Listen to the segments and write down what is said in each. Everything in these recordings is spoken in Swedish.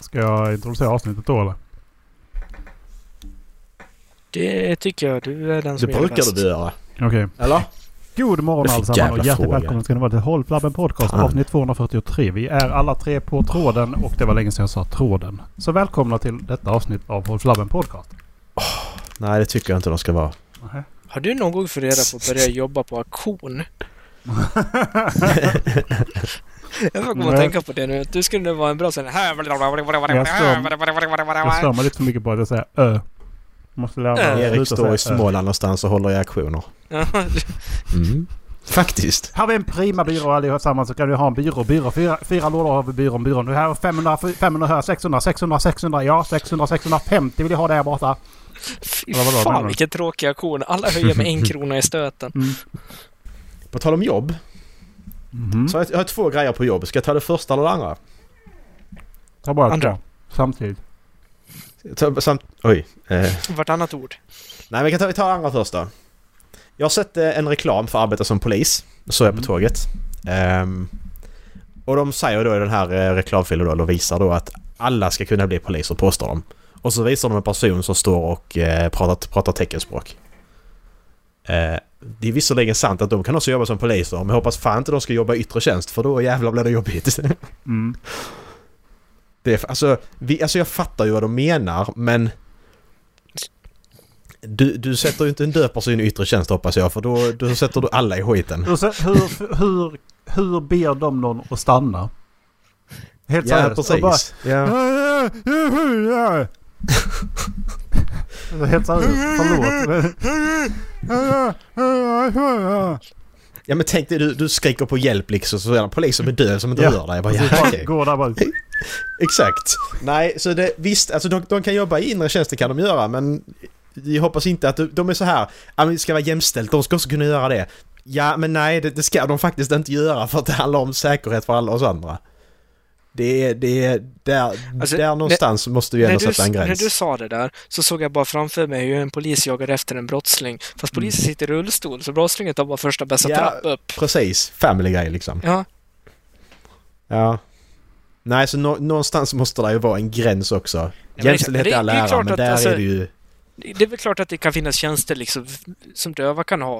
Ska jag introducera avsnittet då eller? Det tycker jag. Du är den Det som gör brukar bäst. du göra. Okej. Eller? God morgon Det är för allesammans och jävla hjärtligt fråga. välkomna ska ni vara till Håll Flabben Podcast Fan. avsnitt 243. Vi är alla tre på tråden och det var länge sedan jag sa tråden. Så välkomna till detta avsnitt av Håll Flabben Podcast. Nej, det tycker jag inte de ska vara. Har du någon gång funderat på att börja jobba på auktion? jag får komma Nej. och tänka på det nu. Du skulle nu vara en bra sån här... Jag Jag stör mig lite för mycket på att jag säger ö. Måste lära mig Ö. att Erik sluta står i säga ö. Småland någonstans och håller i auktioner. Ja, Mm. Faktiskt. Här har vi en prima byrå allesammans så kan vi ha en byrå. byrå. Fyra, fyra lådor har vi i byrån. byrån. Det här är 500, 500 här, 600, 600, 600. Ja, 600, 650 vill jag ha där borta. Fy Vad var det? fan vilken tråkig auktion. Alla höjer med en krona i stöten. Mm. På tal om jobb. Så jag, jag har två grejer på jobb. Ska jag ta det första eller det andra? Ta bara Andra. två samtidigt. Jag tar Samt, oj. Eh. Vartannat ord. Nej, vi kan ta, vi tar det andra först då. Jag har sett eh, en reklam för att arbeta som polis. Det såg jag på Mm. tåget. Ehm, och de säger då i den här eh, reklamfilmen då, eller visar då att alla ska kunna bli poliser, påstår de. Och så visar de en person som står och eh, pratar, pratar teckenspråk. Eh, det är visserligen sant att de kan också jobba som poliser, men jag hoppas fan inte de ska jobba i yttre tjänst för då jävlar blir det jobbigt. Mm. Det är, alltså, vi, alltså jag fattar ju vad de menar men... Du, du sätter ju inte en död person i yttre tjänst hoppas jag för då, då sätter du alla i skiten. Hur, så- hur, hur, hur ber de någon att stanna? Helt Ja seriöst. Och bara, precis. Ja. Alltså, Helt seriöst, förlåt. ja men tänk dig du, du skriker på hjälp liksom så är det en polis som är död som inte Ja. rör dig. Jag Bara, ja, Alltså, bara okej. Går där bara. Exakt. Nej så det, visst alltså de, de kan jobba i inre tjänst det kan de göra men jag hoppas inte att du, de är så här, ja men det ska vara jämställt, de ska också kunna göra det. Ja men nej det, det ska de faktiskt inte göra för att det handlar om säkerhet för alla oss andra. Det är, det är där, Alltså, där någonstans måste vi När ändå du, sätta en när gräns. du sa det där så såg jag bara framför mig hur en polis jagar efter en brottsling. Fast polisen sitter i rullstol så brottslingen tar bara första bästa Mm. Ja. trapp upp. Precis, family guy liksom. Ja, Ja. Nej så nå- någonstans måste det ju vara en gräns också. men liksom, Jämställdhet det- är all det är ära klart men att, där alltså, är det ju... det det är väl klart att det kan finnas tjänster liksom, f- som döva kan ha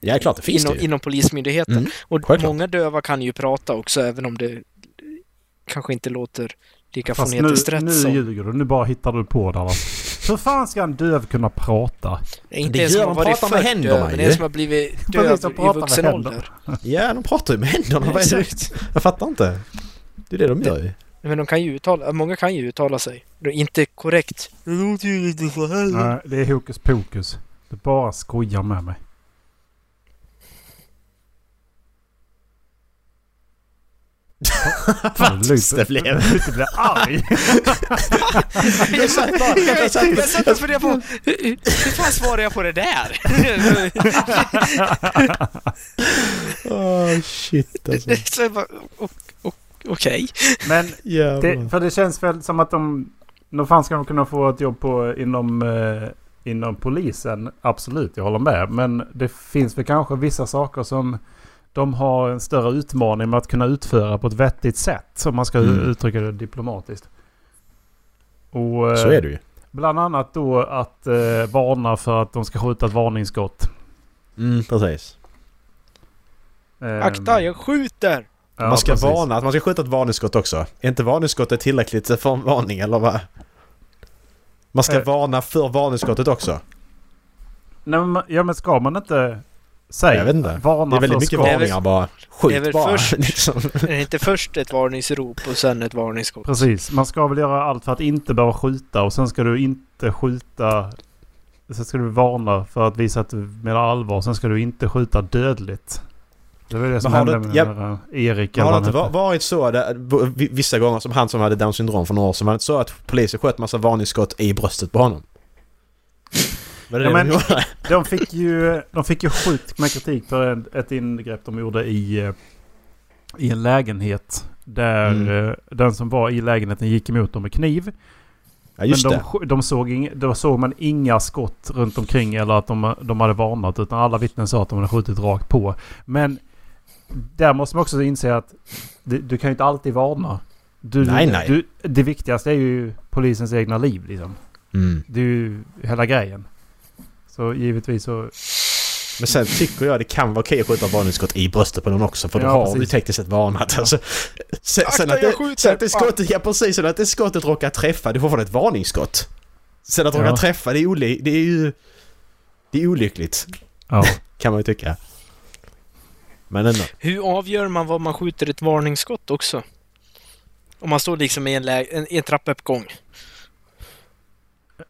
Ja det är klart det finns inom, det ju. inom Polismyndigheten. Mm, Och självklart. många döva kan ju prata också, även om det kanske inte låter lika Fast nu, fonetiskt rätt nu som... ljuger du. Nu bara hittar du på där va. Hur fan ska en döv kunna prata? Inte det ens gör som har de, varit pratar med född händerna döv, men ju. en som har blivit Precis, döv de i pratar med vuxen händerna. ålder. Ja de pratar ju med händerna. Vad är det? Exakt. Jag fattar inte. Det är det de gör ju. Men de kan ju uttala, många kan ju uttala sig. Det är inte korrekt. Det låter ju inte så här. Nej, det är hokus pokus. Du bara skojar med mig. Fan, tyst det blev. Lute blev arg. Jag satt bara... Jag satt, Jag satt och funderade på hur, hur- hur fan svarar jag på det där? Åh, shit alltså. Så jag bara, o- o- Okej. Men det, Jävlar. för det känns väl som att de... Nog fan ska de kunna få ett jobb på, inom, eh, inom polisen. Absolut, jag håller med. Men det finns väl kanske vissa saker som de har en större utmaning med att kunna utföra på ett vettigt sätt. Om man ska Mm. uttrycka det diplomatiskt. Och, eh, Så är det ju. Bland annat då att eh, varna för att de ska skjuta ett varningsskott. Mm, precis. Ehm, Akta, jag skjuter! ja, man ska precis. varna, att man ska skjuta ett varningsskott också. Är inte varningsskottet tillräckligt för en varning eller vad? Man ska Eh. varna för varningsskottet också. Nej, men, ja men ska man inte säga Jag vet inte. varna Det är väldigt för mycket skott? varning. varningar bara. det är Skjut väl bara. först- liksom. Är det inte först ett varningsrop och sen ett varningsskott? Precis, man ska väl göra allt för att inte behöva skjuta och sen ska du inte skjuta... Sen ska du varna för att visa att du menar allvar. Sen ska du inte skjuta dödligt. Det var det som har hände det- med ja. den där Erik. Men eller Har det vad inte han va- hette. varit så där, v- vissa gånger som han som hade down syndrom för några år sedan? Var det inte så att polisen sköt massa varningsskott i bröstet på honom? Var det Ja, det men- de gjorde? De fick ju, de fick ju sjukt med kritik för en- ett ingrepp de gjorde i, eh, i en lägenhet. Där Mm. eh, den som var i lägenheten gick emot dem med kniv. Ja, just men de, det. sk- de såg ing, då såg man inga skott runt omkring eller att de, de hade varnat. Utan alla vittnen sa att de hade skjutit rakt på. Men där måste man också inse att du, du kan ju inte alltid varna. Du, Nej, nej. Du, det viktigaste är ju polisens egna liv liksom. Mm. Det är ju hela grejen. Så givetvis så... Men sen tycker jag det kan vara okej att skjuta varningsskott i bröstet på någon också för då Ja, har precis. vi tekniskt sett varnat. Alltså, sen, sen, Akta, att jag det, skjuter! sen att det skottet, ja precis, sen att det skottet råkar träffa, det är fortfarande ett varningsskott. Sen att det Ja. råkar träffa, det är, oly- det är ju... Det är olyckligt, Ja. kan man ju tycka. Men ändå. Hur avgör man var man skjuter ett varningsskott också? Om man står liksom i en, lä- en, i en trappuppgång.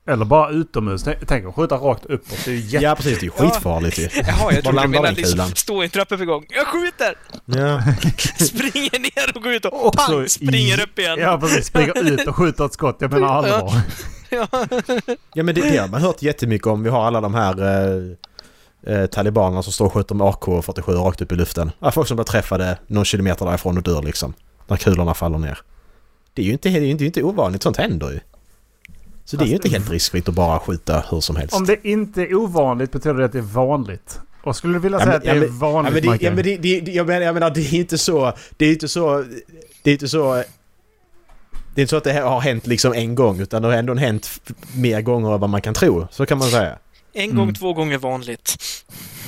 Eller bara utomhus. Tänk- Tänk att skjuta rakt uppåt. Det är ju jätte... Ja precis, det är ju skitfarligt ju. Jaha, jag Var trodde du landar menade den liksom kulan? stå i en trappuppgång. Jag skjuter! Ja. Springer ner och går ut och Också pang! i- Springer upp igen. Ja precis, springa ut och skjuta ett skott. Jag menar allvar. ja men det, det har man hört jättemycket om. Vi har alla de här eh, eh, talibanerna som står och skjuter med AK-47 rakt upp i luften. Ja, folk som blir träffade någon kilometer därifrån och dör liksom. När kulorna faller ner. Det är ju inte, det är ju inte, det är ju inte ovanligt, sånt händer ju. Så det är ju Fast- inte helt riskfritt att bara skjuta hur som helst. Om det inte är ovanligt betyder det att det är vanligt. Och skulle du vilja Ja, säga men- att det ja, är men- Ja, men vanligt, det, ja, men Mackan? det, det, det, jag, menar, jag menar, det är inte så... Det är inte så... Det är inte så... Det är inte så att det här har hänt liksom en gång utan det har ändå hänt f- mer gånger än vad man kan tro. Så kan man säga. En gång, Mm. två gånger vanligt.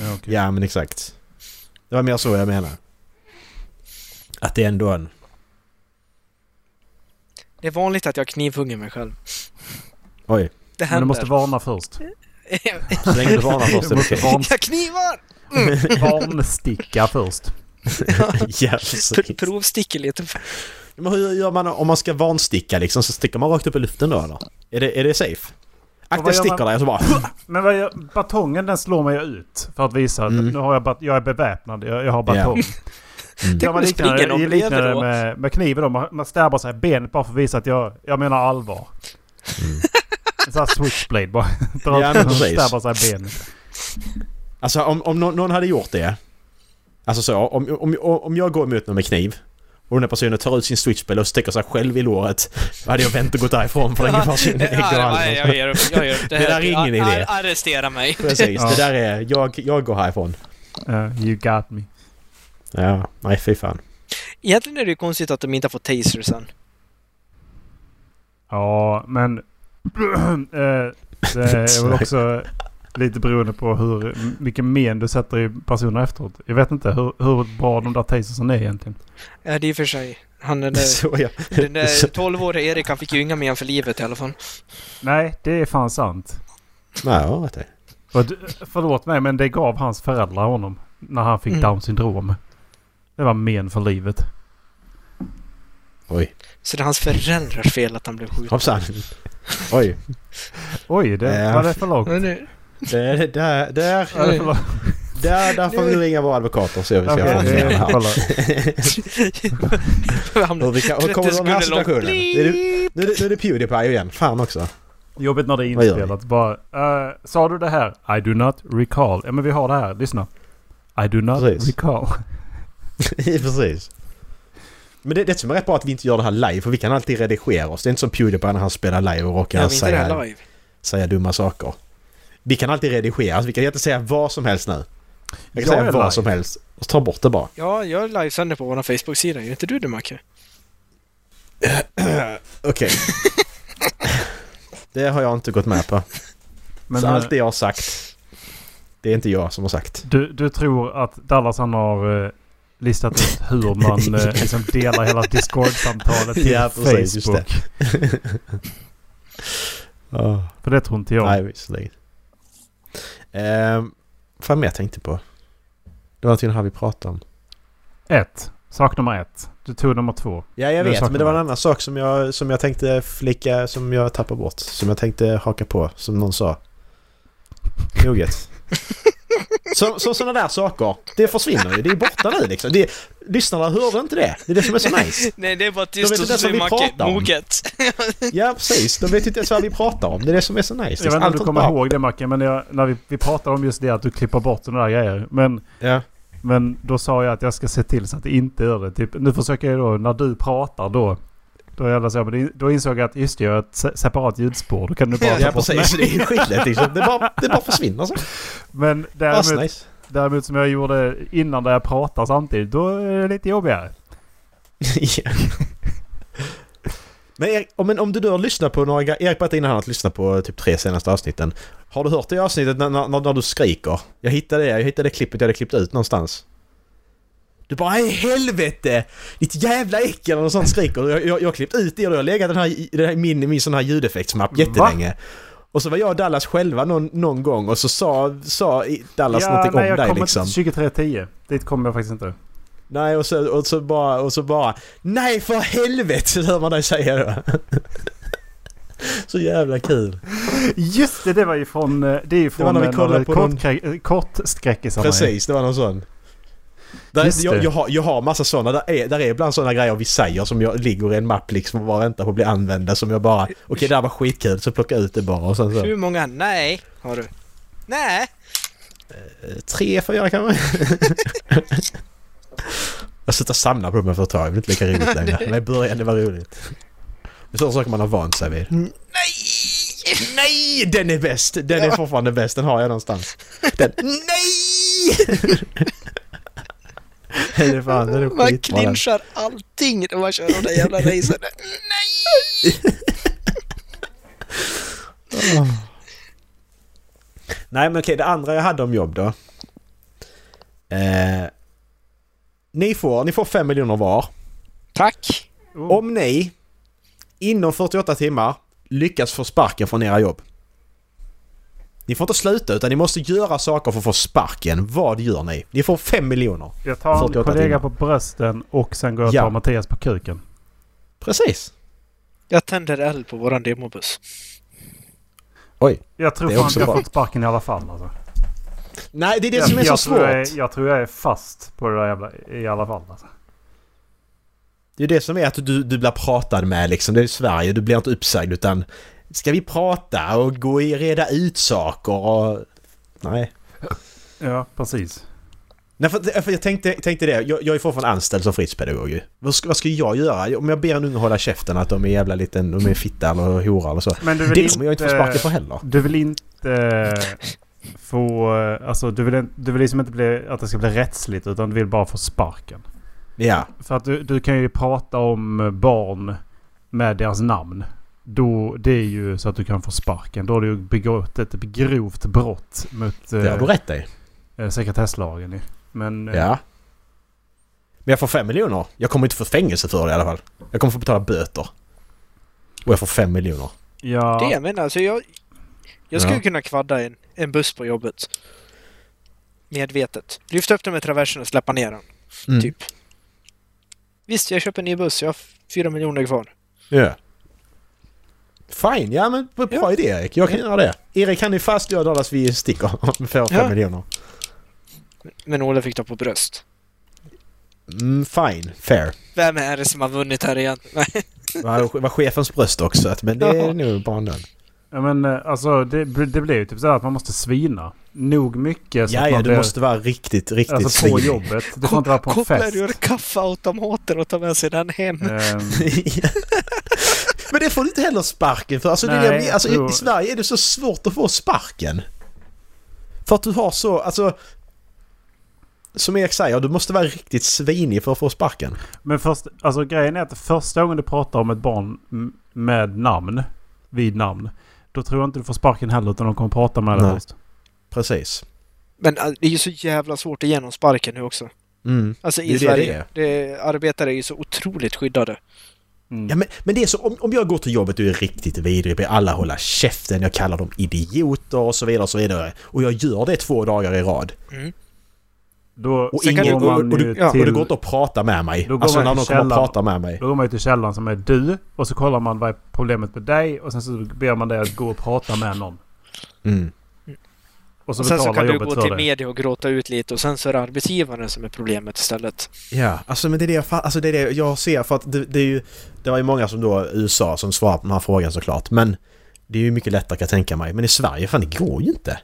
Ja, okej. Ja men exakt. Det var mer så jag menar. Att det är ändå en... Det är vanligt att jag knivhugger mig själv. Oj. Det Men händer. du måste varna först. Så länge du varnar först Du är det måste okej. varn, jag knivar! varnsticka först. Ja, precis. Pr- Provsticker lite. Men hur gör man om man ska varnsticka liksom? Så sticker man rakt upp i luften då eller? Är det, är det safe? Och Akta vad jag gör sticker man- där och så bara... Men vad jag, batongen den slår mig ut. För att visa att Mm. nu har jag, bat, jag är beväpnad. Jag, jag har batong. Mm. Kan man Det likna springer om det, det likna lever det då. med, med kniven då. Man, man stabbar sig i benet bara för att visa att jag, jag menar allvar. Mm. En sån här switchblade bara. Drar Ja, upp men och precis. stabbar sig i benet. Alltså om, om någon, någon hade gjort det. Alltså så, om, om, om jag går emot någon med kniv. Och den här personen tar ut sin switchbill och sticker sig själv i låret. Då hade jag vänt och gått därifrån för den Ja, personen ägde ja, all nej, jag ger upp. Jag ger upp. Det där är ingen ar- idé. ar- Arrestera mig. Precis, Ja. det där är... Jag, jag går härifrån. Eh, you got me. Ja, nej fy fan. Egentligen är det ju konstigt att de inte har fått taser sen. Ja, men... eh, det är väl också lite beroende på hur mycket men du sätter i personer efteråt. Jag vet inte hur, hur bra de där tasersen är egentligen. Ja, det är i och för sig. Han den där, Så jag, den där så, 12-årige Erik, han fick ju inga men för livet i alla fall. Nej, det är fan sant. nej, jag vet det. Och d- förlåt mig, men det gav hans föräldrar honom när han fick Mm. down syndrom. Det var men för livet. Oj. Så det är hans föräldrars fel att han blev skjuten. Hoppsan. Oj. Oj, det Ja. var det för lågt. Men nu- Det, det, där, där, Var det för lågt? där, där får vi ringa våra advokater och se hur vi ska Okej, okay. eh, här. kolla. Jag hamnar- Hur, vi kan, hur kommer 30 de här sekunder långt. situationen? Nu är det, nu är det, nu är det Pewdiepie igen. Fan också. Jobbigt när det är Vad gör vi? inspelat. Bara, eh, sa du det här? I do not recall. Ja, men vi har det här. Lyssna. I do not Precis. recall. Precis. Men det, det som är rätt bra att vi inte gör det här live, för vi kan alltid redigera oss. Det är inte som Pewdiepie när han spelar live och Jag råkar vill inte det här säga, live. säga dumma saker. Vi kan alltid redigera, så vi kan inte säga vad som helst nu. Jag Jag kan är säga vad live. som helst och ta bort det bara. Ja, jag livesänder på vår Facebook-sida. Gör inte du det, Macke? Okej. det har jag inte gått med på. Men så eh, allt det jag har sagt, det är inte jag som har sagt. du, du tror att Dallas han har eh, listat ut hur man eh, liksom delar hela Discord-samtalet till Ja, precis, just Facebook. Oh, För det tror inte jag. Nej, visserligen. Ehm, vad fan mer jag tänkte på? Det var till den här vi pratade om. Ett. Sak nummer ett. Du tog nummer två. Ja, jag Det vet. saknar Men det var en jag. annan sak som jag, som jag tänkte flicka, som jag tappade bort. Som jag tänkte haka på, som någon sa. Knoget. Så, så sådana där saker, det försvinner ju. Det är borta nu liksom. Det, lyssnarna hörde inte det. Det är det som är så nice. Nej, det är bara Jag vet tyst och inte så ens vad vi säger Macke pratar om. moget. Ja, precis. De vet ju inte ens vad vi pratar om. Det är det som är så nice. Jag vet inte om du Allt kommer bara- ihåg det Mackan, men jag, när vi, vi pratade om just det att du klipper bort sådana där grejer. Men, Ja. men då sa jag att jag ska se till så att det inte gör det. Typ, nu försöker jag då, när du pratar då. Då, jävla så, här, men det- då insåg jag att just det, jag har ett se- separat ljudspår. Då kan du bara ta Ja, bort mig. precis. Det är ju skitlätt liksom. Det bara, det bara försvinner så. Men Asnice. däremot, däremot som jag gjorde innan där jag pratar samtidigt, då är det lite jobbigare. Ja. Men Erik, om, men om du nu har lyssnat på några... Erik berättade innan han att lyssna på typ tre senaste avsnitten. Har du hört det avsnittet när, när, när du skriker? Jag hittade det, jag hittade det klippet jag hade klippt ut någonstans. Du bara i helvete! Ditt jävla äckel eller något sånt skriker du. Jag, jag, jag har klippt ut det och jag har legat den här, i- den här, min, min sån här ljudeffektsmapp jättelänge. Och så var jag och Dallas själva någon, någon gång och så sa, sa i- Dallas någonting om jag dig kommer liksom. till 2310. Dit kommer jag faktiskt inte. Nej, och så, och så bara... Och så bara Nej för helvete! Hör man dig säga då. så jävla kul. Just det, det var ju från... eh, Det är ju från var när vi eh, kollade på någon- kortkrä- eh, kortskräckisarna. ju. Precis, det var någon sån. Där, Just det. jag, jag, har, jag har massa såna. Där är, där är ibland såna grejer vi säger som jag ligger i en mapp liksom och bara väntar på att bli använda. Som jag bara... Okej, det här var skitkul. Så plocka ut det bara och sen så... Hur många nej har du? Nej! eh, Tre, fyra kanske? jag slutar samla på dem efter ett tag. Det blir inte lika roligt längre. Men i början, det var roligt. Det är sådana saker man har vant sig vid. Nej! Nej! Den är bäst! Den är fortfarande bäst, den har jag någonstans. Den, nej! den är fan, den är Man skitbra den. clinchar allting när man kör de där jävla racen. Nej! Nej men okej, det andra jag hade om jobb då. Eh, ni, får, ni får 5 miljoner var. Tack! Oh. Om ni inom 48 timmar lyckas få sparken från era jobb. Ni får inte sluta utan ni måste göra saker för att få sparken. Vad gör ni? Ni får 5 miljoner. Jag tar en 48 kollega timmar. på brösten och sen går jag och Ja. tar Mattias på kuken. Precis. Jag tänder eld på våran demobuss. Oj. Jag tror Det är fan att också jag bra. fått sparken i alla fall alltså. Nej, det är det jag, som är så jag, svårt. tror jag, är- jag tror jag är fast på det där jävla i alla fall alltså. Det är det som är att du, du blir pratad med liksom. Det är Sverige, du blir inte uppsagd utan... Ska vi prata och gå i reda ut saker och... Nej. Ja, precis. Nej, för, för jag tänkte, tänkte det. Jag, jag är fortfarande anställd som fritidspedagog ju. Vad ska, vad ska jag göra? Om jag ber en unge hålla käften att de är jävla liten, de är fitta eller hora eller så. Men du vill Det kommer jag inte få sparken för heller. heller. Du vill inte eh, få... eh, Alltså du vill, inte- du vill liksom inte bli, att det ska bli rättsligt utan du vill bara få sparken. Ja. För att du, du kan ju prata om barn med deras namn. Då, det är ju så att du kan få sparken. Då har du ju begått ett grovt brott mot Det har eh, du rätt i. eh, sekretesslagen. ju. Men eh, Ja. Men jag får fem miljoner. Jag kommer inte få fängelse för det i alla fall. Jag kommer få betala böter. Och jag får fem miljoner. ja, Det jag menar, alltså jag... Jag skulle Ja. kunna kvadda en, en buss på jobbet. Medvetet. Lyfta upp den med traversen och släppa ner den. Mm. Typ. Visst, jag köper en ny buss. Jag har fyra miljoner kvar. Ja. Fine, ja men b- bra idé Erik. Jag kan göra det. Erik han är fast, jag och Dallas vi sticker för fem Ja. miljoner. Men Olle fick ta på bröst. Mm, fine, fair. Vem är det som har vunnit här igen? Nej. Det var, var chefens bröst också, att- men det är Ja. nog bara den. ja, men eh, alltså det, det blir ju typ så här att man måste svina. Nog mycket så Ja, att man ja, du blir måste vara riktigt, riktigt alltså, på svinig. jobbet. Du får inte vara på en Kopplar fest. ur kaffeautomaten och tar med sig den hem. Ehm, men det får du inte heller sparken för. Alltså, det är Nej, det, jag- alltså, jag i, tror- I Sverige är det så svårt att få sparken. För att du har så, alltså... Som Erik säger, du måste vara riktigt svinig för att få sparken. Men först, alltså grejen är att första gången du pratar om ett barn m- med namn, vid namn, då tror jag inte du får sparken heller utan de kommer prata med dig Nej. först. Precis. Men äh, det är ju så jävla svårt att ge någon sparken nu också. Mm. Alltså Det är i det Sverige. Det arbetare är ju så otroligt skyddade. Mm. Ja, men, men det är så, om, om jag går till jobbet och är riktigt vidrig, ber alla hålla käften, jag kallar dem idioter och så vidare och så vidare. Och jag gör det två dagar i rad. Då, Och, Sen kan ingen, går och, och, man och, ju du- till, ja, och det går inte att prata med mig. Då går Alltså man när till någon kommer och källaren. pratar med mig. då går man ju till källan som är du och så kollar man vad är problemet med dig och sen så ber man dig att gå och prata med någon. Mm. Och så Och sen så betalar kan du jobbet gå till för det. media och gråta ut lite och sen så är det arbetsgivaren som är problemet istället. Ja, alltså men det är det jag, fa- alltså, det är det jag ser för att det, det är ju... Det var ju många som då, USA, som svarade på den här frågan såklart. Men det är ju mycket lättare kan jag tänka mig. Men i Sverige, fan det går ju inte.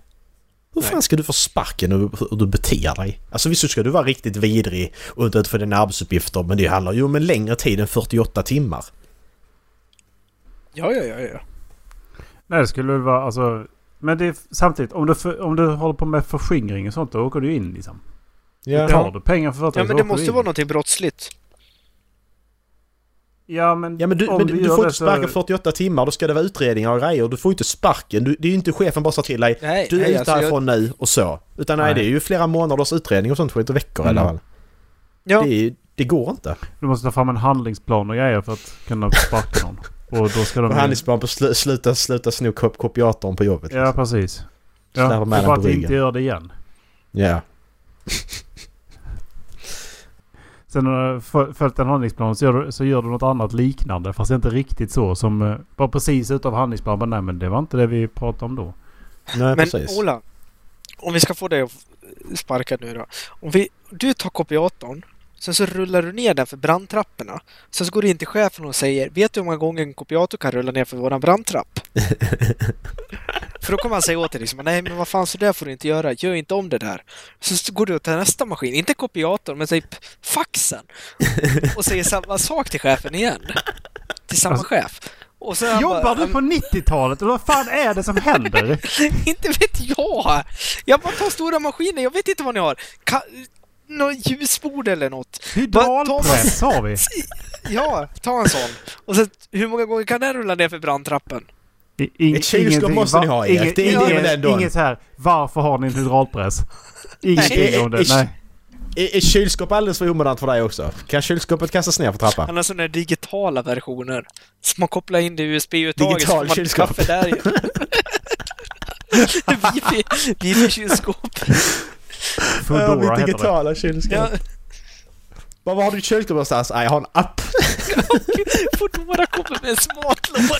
Hur Nej. fan ska du få sparken och hur du beter dig? Alltså visst så ska du vara riktigt vidrig och inte utföra dina arbetsuppgifter men det handlar ju om en längre tid än 48 timmar. Ja, ja, ja, ja. Nej, det skulle väl vara alltså... Men det är samtidigt, om du, för, om du håller på med förskingring och sånt, då åker du ju in liksom. Tar du pengar för Ja, företaget så men det åker du måste in. vara någonting brottsligt. Ja men, Ja men du, om men vi du, gör du får det inte sparken 48 timmar, då ska det vara utredningar och grejer. Du får inte sparken. Du, det är ju inte chefen bara sa till dig Nej, du är nej, ute alltså, jag, härifrån nu och så. Utan nej, Nej. det är ju flera månaders utredning och sånt skit och veckor Mm. i alla fall. ja, Det, är, ju- det går inte. Du måste ta fram en handlingsplan och grejer för att kunna sparka någon. Och då ska de... Och handlingsplanen på slu, sluta, sluta sno kop- kopiatorn på jobbet. Ja, liksom. precis. Slarva Ja, med och den för på att ryggen. inte göra det igen. ja. Sen när du har följt en handlingsplan så gör, du, så gör du något annat liknande. Fast inte riktigt så som... eh, Bara precis utav handlingsplanen. Bara, Nej men det var inte det vi pratade om då. Nej, men precis. Ola. Om vi ska få dig att sparka nu då. Om vi, du tar kopiatorn, sen så rullar du ner den för brandtrapporna. Sen så går du in till chefen och säger Vet du hur många gånger en kopiator kan rulla ner för våran brandtrapp? för då kommer han säga åt dig liksom, nej men vad fan så där får du inte göra, gör inte om det där. Så s- går du och tar nästa maskin, inte kopiatorn men typ faxen. Och säger samma sak till chefen igen. Till samma Alltså- chef. Och sen han bara, Jobbar du på 90-talet? Eller vad fan är det som händer? inte vet jag! Jag bara tar stora maskiner, jag vet inte vad ni har. Ka- Något ljusbord eller något. Hydraulpress har vi. Ja, ta en sån. Och så, hur många gånger kan den rulla ner för brandtrappen? I- ing- Ett kylskåp ingenting- måste ni va- ha, Erik. inget- Det är inget- det med den dagen. Inget så här. Varför har ni en hydraulpress? Ingenting om det. Nej. Nej. Är, är kylskåp alldeles för omodernt för dig också? Kan kylskåpet kastas ner för trappan? Han har sådana här digitala versioner. Så man kopplar in det i USB-uttaget så Digital får man kylskåp. kaffe där ju. Wifi- Wifi-kylskåp. Foodora heter det. digitala kylskåp. Ja, Bara, Var har du ditt kylskåp någonstans? Nej, jag har en app. Foodora kommer med en smaklåda.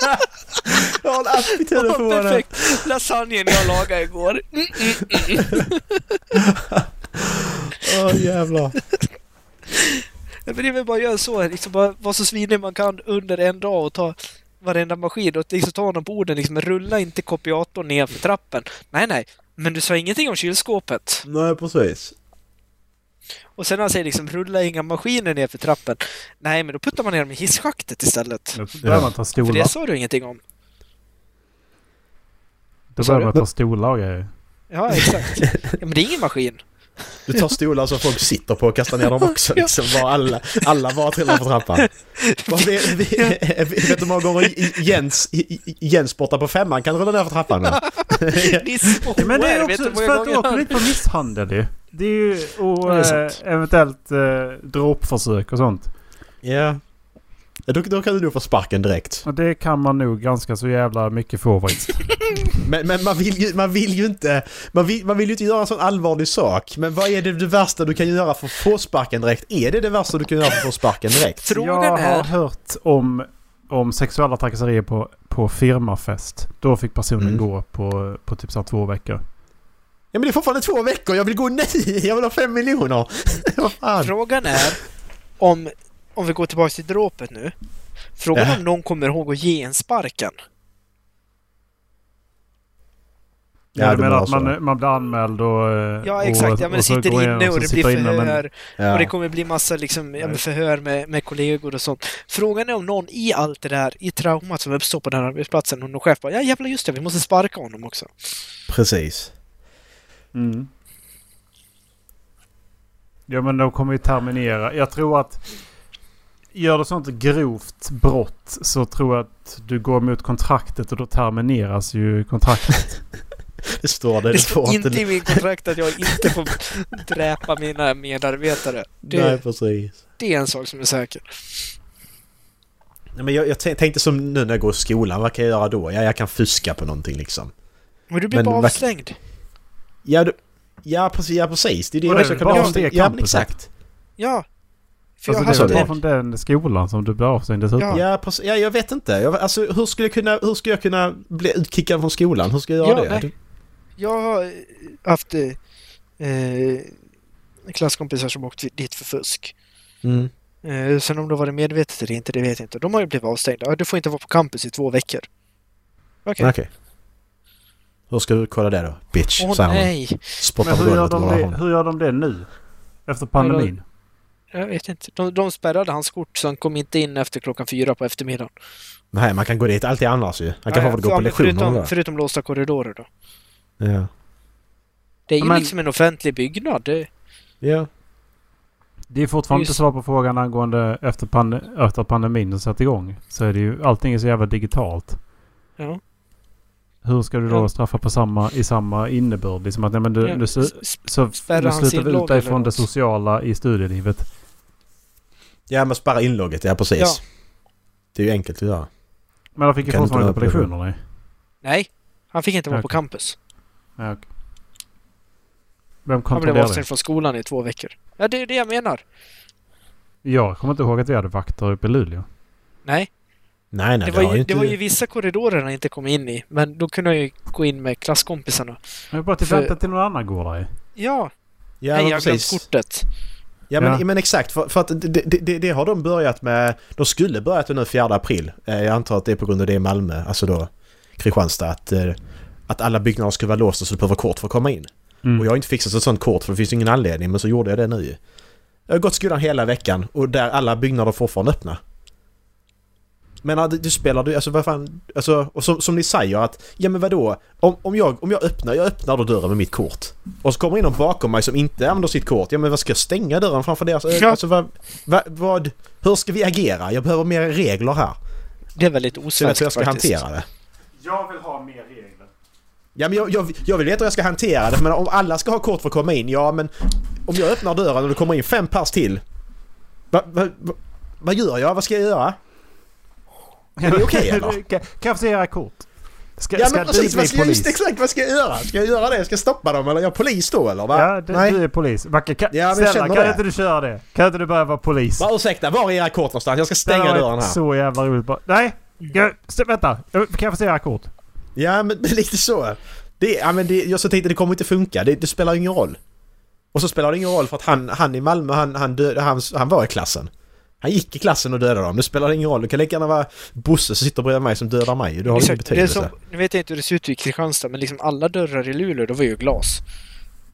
ja. Jag har en app i telefonen. Perfekt. Lasagnen jag lagade igår. Mm, mm. Åh jävlar. Nej, men det är väl bara att göra så. Liksom bara vara så svinig man kan under en dag och ta varenda maskin och liksom ta honom på orden. Liksom, rulla inte kopiatorn ner för trappen. Nej, nej. Men du sa ingenting om kylskåpet. Nej, precis. Och sen när han säger liksom rulla inga maskiner ner för trappen. Nej, men då puttar man ner dem i hisschaktet istället. Då börjar man ta För stolar. det sa du ingenting om. Då sa börjar du? man ta stolar och grejer. Ja, exakt. Ja, men det är ingen maskin. Du tar stolar som folk sitter på och kastar ner dem också. Liksom. Bara alla, alla bara trillar på trappan. Bara, vi, vi, vi, vet du hur många gånger Jens, Jens borta på femman kan rulla ner för trappan? nu? Nisse och Ja, men det är HR, vet också du för hur många att du gånger åker han... dit på misshandel ju. Det är ju och Ja, det är eh, sant. eventuellt eh, dråpförsök och sånt. Ja. Ja, Då, då kan du nog få sparken direkt. Och det kan man nog ganska så jävla mycket få faktiskt. Men, men man, vill ju, man vill ju inte... Man vill, man vill ju inte göra en sån allvarlig sak. Men vad är det, det värsta du kan göra för att få sparken direkt? Är det det värsta du kan göra för att få sparken direkt? Jag Frågan har är... hört om, om sexuella trakasserier på, på firmafest. Då fick personen Mm. gå på, på typ så här två veckor. Ja men det är fortfarande två veckor, jag vill gå nej! Jag vill ha fem miljoner! vad fan? Frågan är om... Om vi går tillbaka till dråpet nu. Frågan Ja. om någon kommer ihåg att ge en sparken. Ja, Ja, du du menar menar att så. man, man blir anmäld och... eh, Ja, exakt. Och, Ja, men och så sitter går in inne så och det blir sitter inne, men- förhör. Och Ja. det kommer bli massa liksom, ja, men Nej. förhör med, med kollegor och sånt. Frågan är om någon i allt det där, i traumat som uppstår på den här arbetsplatsen, och någon chef bara ja jävlar just det, vi måste sparka honom också. Precis. Mm. Ja men de kommer ju terminera. Jag tror att gör du sånt grovt brott så tror jag att du går mot kontraktet och då termineras ju kontraktet. Det står det, Det det står får inte inte... i min kontrakt att jag inte får dräpa mina medarbetare. Det, Nej precis. det är en sak som är säker. Nej, men jag, jag tän- tänkte som nu när jag går i skolan, vad kan jag göra då? Ja, jag kan fuska på någonting liksom. Men du blir Men bara vad- avstängd. Ja, du, ja, precis, ja precis, det är det Och det är jag väl kan bara göra. om det är Ja men campus, exakt. Ja. För Alltså, jag det är så väl hade bara tänkt. från den skolan som du blir avstängd dessutom. Ja. Ja, precis, ja jag vet inte. Jag, alltså hur skulle jag kunna, hur skulle jag kunna bli utkickad från skolan? Hur ska jag göra Ja, det? nej. Jag har eh, haft eh, eh, klasskompisar som åkt dit för fusk. Mm. Eh, sen om det var det medvetet eller inte, det vet jag inte. De har ju blivit avstängda. Ja, Du får inte vara på campus i två veckor. Okej. Okej. Hur ska du kolla det då? Bitch, Åh säger han. nej! Spottar Men på hur gör, golvet och de håller det, honom. hur gör de det nu? Efter pandemin? Jag vet inte. De, de spärrade hans kort så han kom inte in efter klockan fyra på eftermiddagen. Nej, man kan gå dit alltid annars ju. Man kan Ja, fortfarande gå ja, på men lektioner förutom, då. förutom låsta korridorer då. Ja. Det är ju Men- liksom en offentlig byggnad. Det, Ja. Det är fortfarande Just- inte svar på frågan angående efter, pande- efter pandemin har satt igång. Så är det ju, allting är så jävla digitalt. Ja. Hur ska du då Ja. straffa på samma, i samma innebörd? Liksom att nej, men du, Ja, du, s- su- s- så spärrar nu hans slutar vi ut inlogg dig eller från det något? sociala i studielivet. Ja, men spärra inlogget, ja precis. Ja. Det är ju enkelt att göra. Men de fick ju Kan inte fortfarande vara inte på upplevd. lektionerna. nej. Nej, han fick inte vara på Okej. campus. Ja, okej. Vem Han blev kontrollerade? avstängd från skolan i två veckor. Ja, det är ju det jag menar. Jag kommer inte ihåg att vi hade vakter uppe i Luleå. Nej, Nej, nej, det, det, var har ju, ju det inte... var ju vissa korridorer han inte kom in i, men då kunde jag ju gå in med klasskompisarna. Men bara till För- vänta till någon annan går där ju. Ja, Ja, nej, men jag har glömt precis. kortet. Ja, men, Ja. men exakt. För, för att det, det, det, det har de börjat med... De skulle börjat med nu 4 april. Eh, Jag antar att det är på grund av det i Malmö, alltså då Kristianstad, att, eh, att alla byggnader skulle vara låsta så du behöver kort för att komma in. Mm. Och jag har inte fixat ett sånt kort för det finns ingen anledning, men så gjorde jag det nu ju. Jag har gått i skolan hela veckan och där alla byggnader är fortfarande öppna. Men ja, du, du spelar du, alltså vad fan, alltså, och som, som ni säger att, ja men vadå? Om, om, jag, om jag öppnar, jag öppnar då dörren med mitt kort. Och så kommer in någon bakom mig som inte använder sitt kort. Ja men vad ska jag stänga dörren framför deras ögon? Ja. Alltså vad, vad, vad, hur ska vi agera? Jag behöver mer regler här. Det är väldigt Så jag vet hur jag osvenskt ska faktiskt. hantera det. Jag vill ha mer regler. Ja men jag, jag, jag vill veta hur jag ska hantera det, men om alla ska ha kort för att komma in, ja men... Om jag öppnar dörren och det kommer in fem pers till. Va, va, va, vad gör jag? Vad ska jag göra? Är det okej, eller? Kan kan jag få se era kort? Ska, Ja ska men du precis, bli vad ska jag, polis? just exakt vad ska jag göra? Ska jag göra det? Ska jag stoppa dem eller är jag polis då eller? Va? Ja, du, Nej. du är polis. Backe, kan, Ja, men snälla, jag känner kan det. inte du köra det? Kan inte du börja vara polis? Va, ursäkta, var är era kort någonstans? Jag ska Det hade stänga varit dörren här. Så jävla roligt bara. Nej! Jag, st- vänta! Jag- Kan jag få se era kort? Ja men lite så. Det, ja, men det, jag så tänkte det kommer inte funka, det, det spelar ju ingen roll. Och så spelar det ingen roll för att han, han i Malmö, han, han, dö, han, han var i klassen. Han gick i klassen och dödade dem, det spelar ingen roll. Det kan lika gärna vara Bosse som sitter bredvid mig som dödar mig, det har ingen Exakt. Det är betydelse. som, nu vet jag inte hur det ser ut i Kristianstad, men liksom alla dörrar i Luleå, då var ju glas.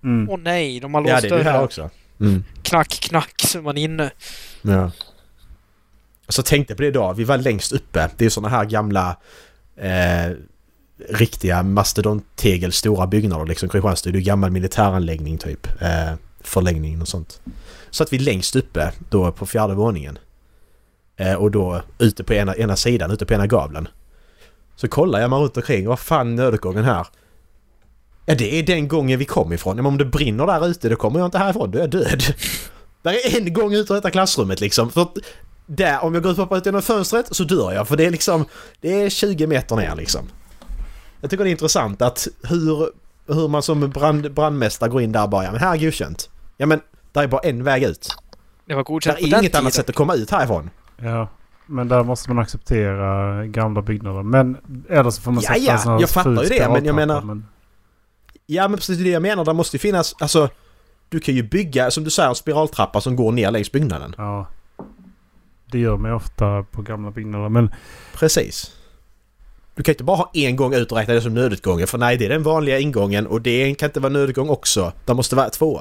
Mm. Åh nej, de har Ja låst det är det här dörrar. också. Mm. Knack, knack, så är man inne. Ja. Och så tänkte jag på det idag, vi var längst uppe. Det är såna här gamla eh, riktiga mastodonttegel stora byggnader liksom. Kristianstad det är ju gammal militäranläggning typ. Eh, förlängning och sånt. Så att vi längst uppe då på fjärde våningen. Eh, och då ute på ena, ena sidan, ute på ena gavlen. Så kollar jag mig runt omkring, vad fan är nödutgången här? Ja det är den gången vi kom ifrån. Men om det brinner där ute då kommer jag inte härifrån, då är jag död. Där är en gång ut ur detta klassrummet liksom. För att där, om jag går ut och hoppar ut genom fönstret så dör jag. För det är liksom, det är 20 meter ner liksom. Jag tycker det är intressant att hur, hur man som brand, brandmästare går in där och bara ja men här är godkänt. Ja men där är bara en väg ut. Det var Där godkänt på är den inget tiden. annat sätt att komma ut härifrån. Ja. Men där måste man acceptera gamla byggnader. Men eller så får man Ja, sätta ja, en sån här jag fattar ju ful det, men jag menar- spiraltrappa, men- Ja men precis det jag menar, där måste ju finnas, alltså du kan ju bygga, som du säger, en spiraltrappa som går ner längs byggnaden. Ja. Det gör man ju ofta på gamla byggnader. Men Precis. Du kan inte bara ha en gång ut och räkna det som nödutgången för nej det är den vanliga ingången och det kan inte vara nödutgång också. Det måste vara två.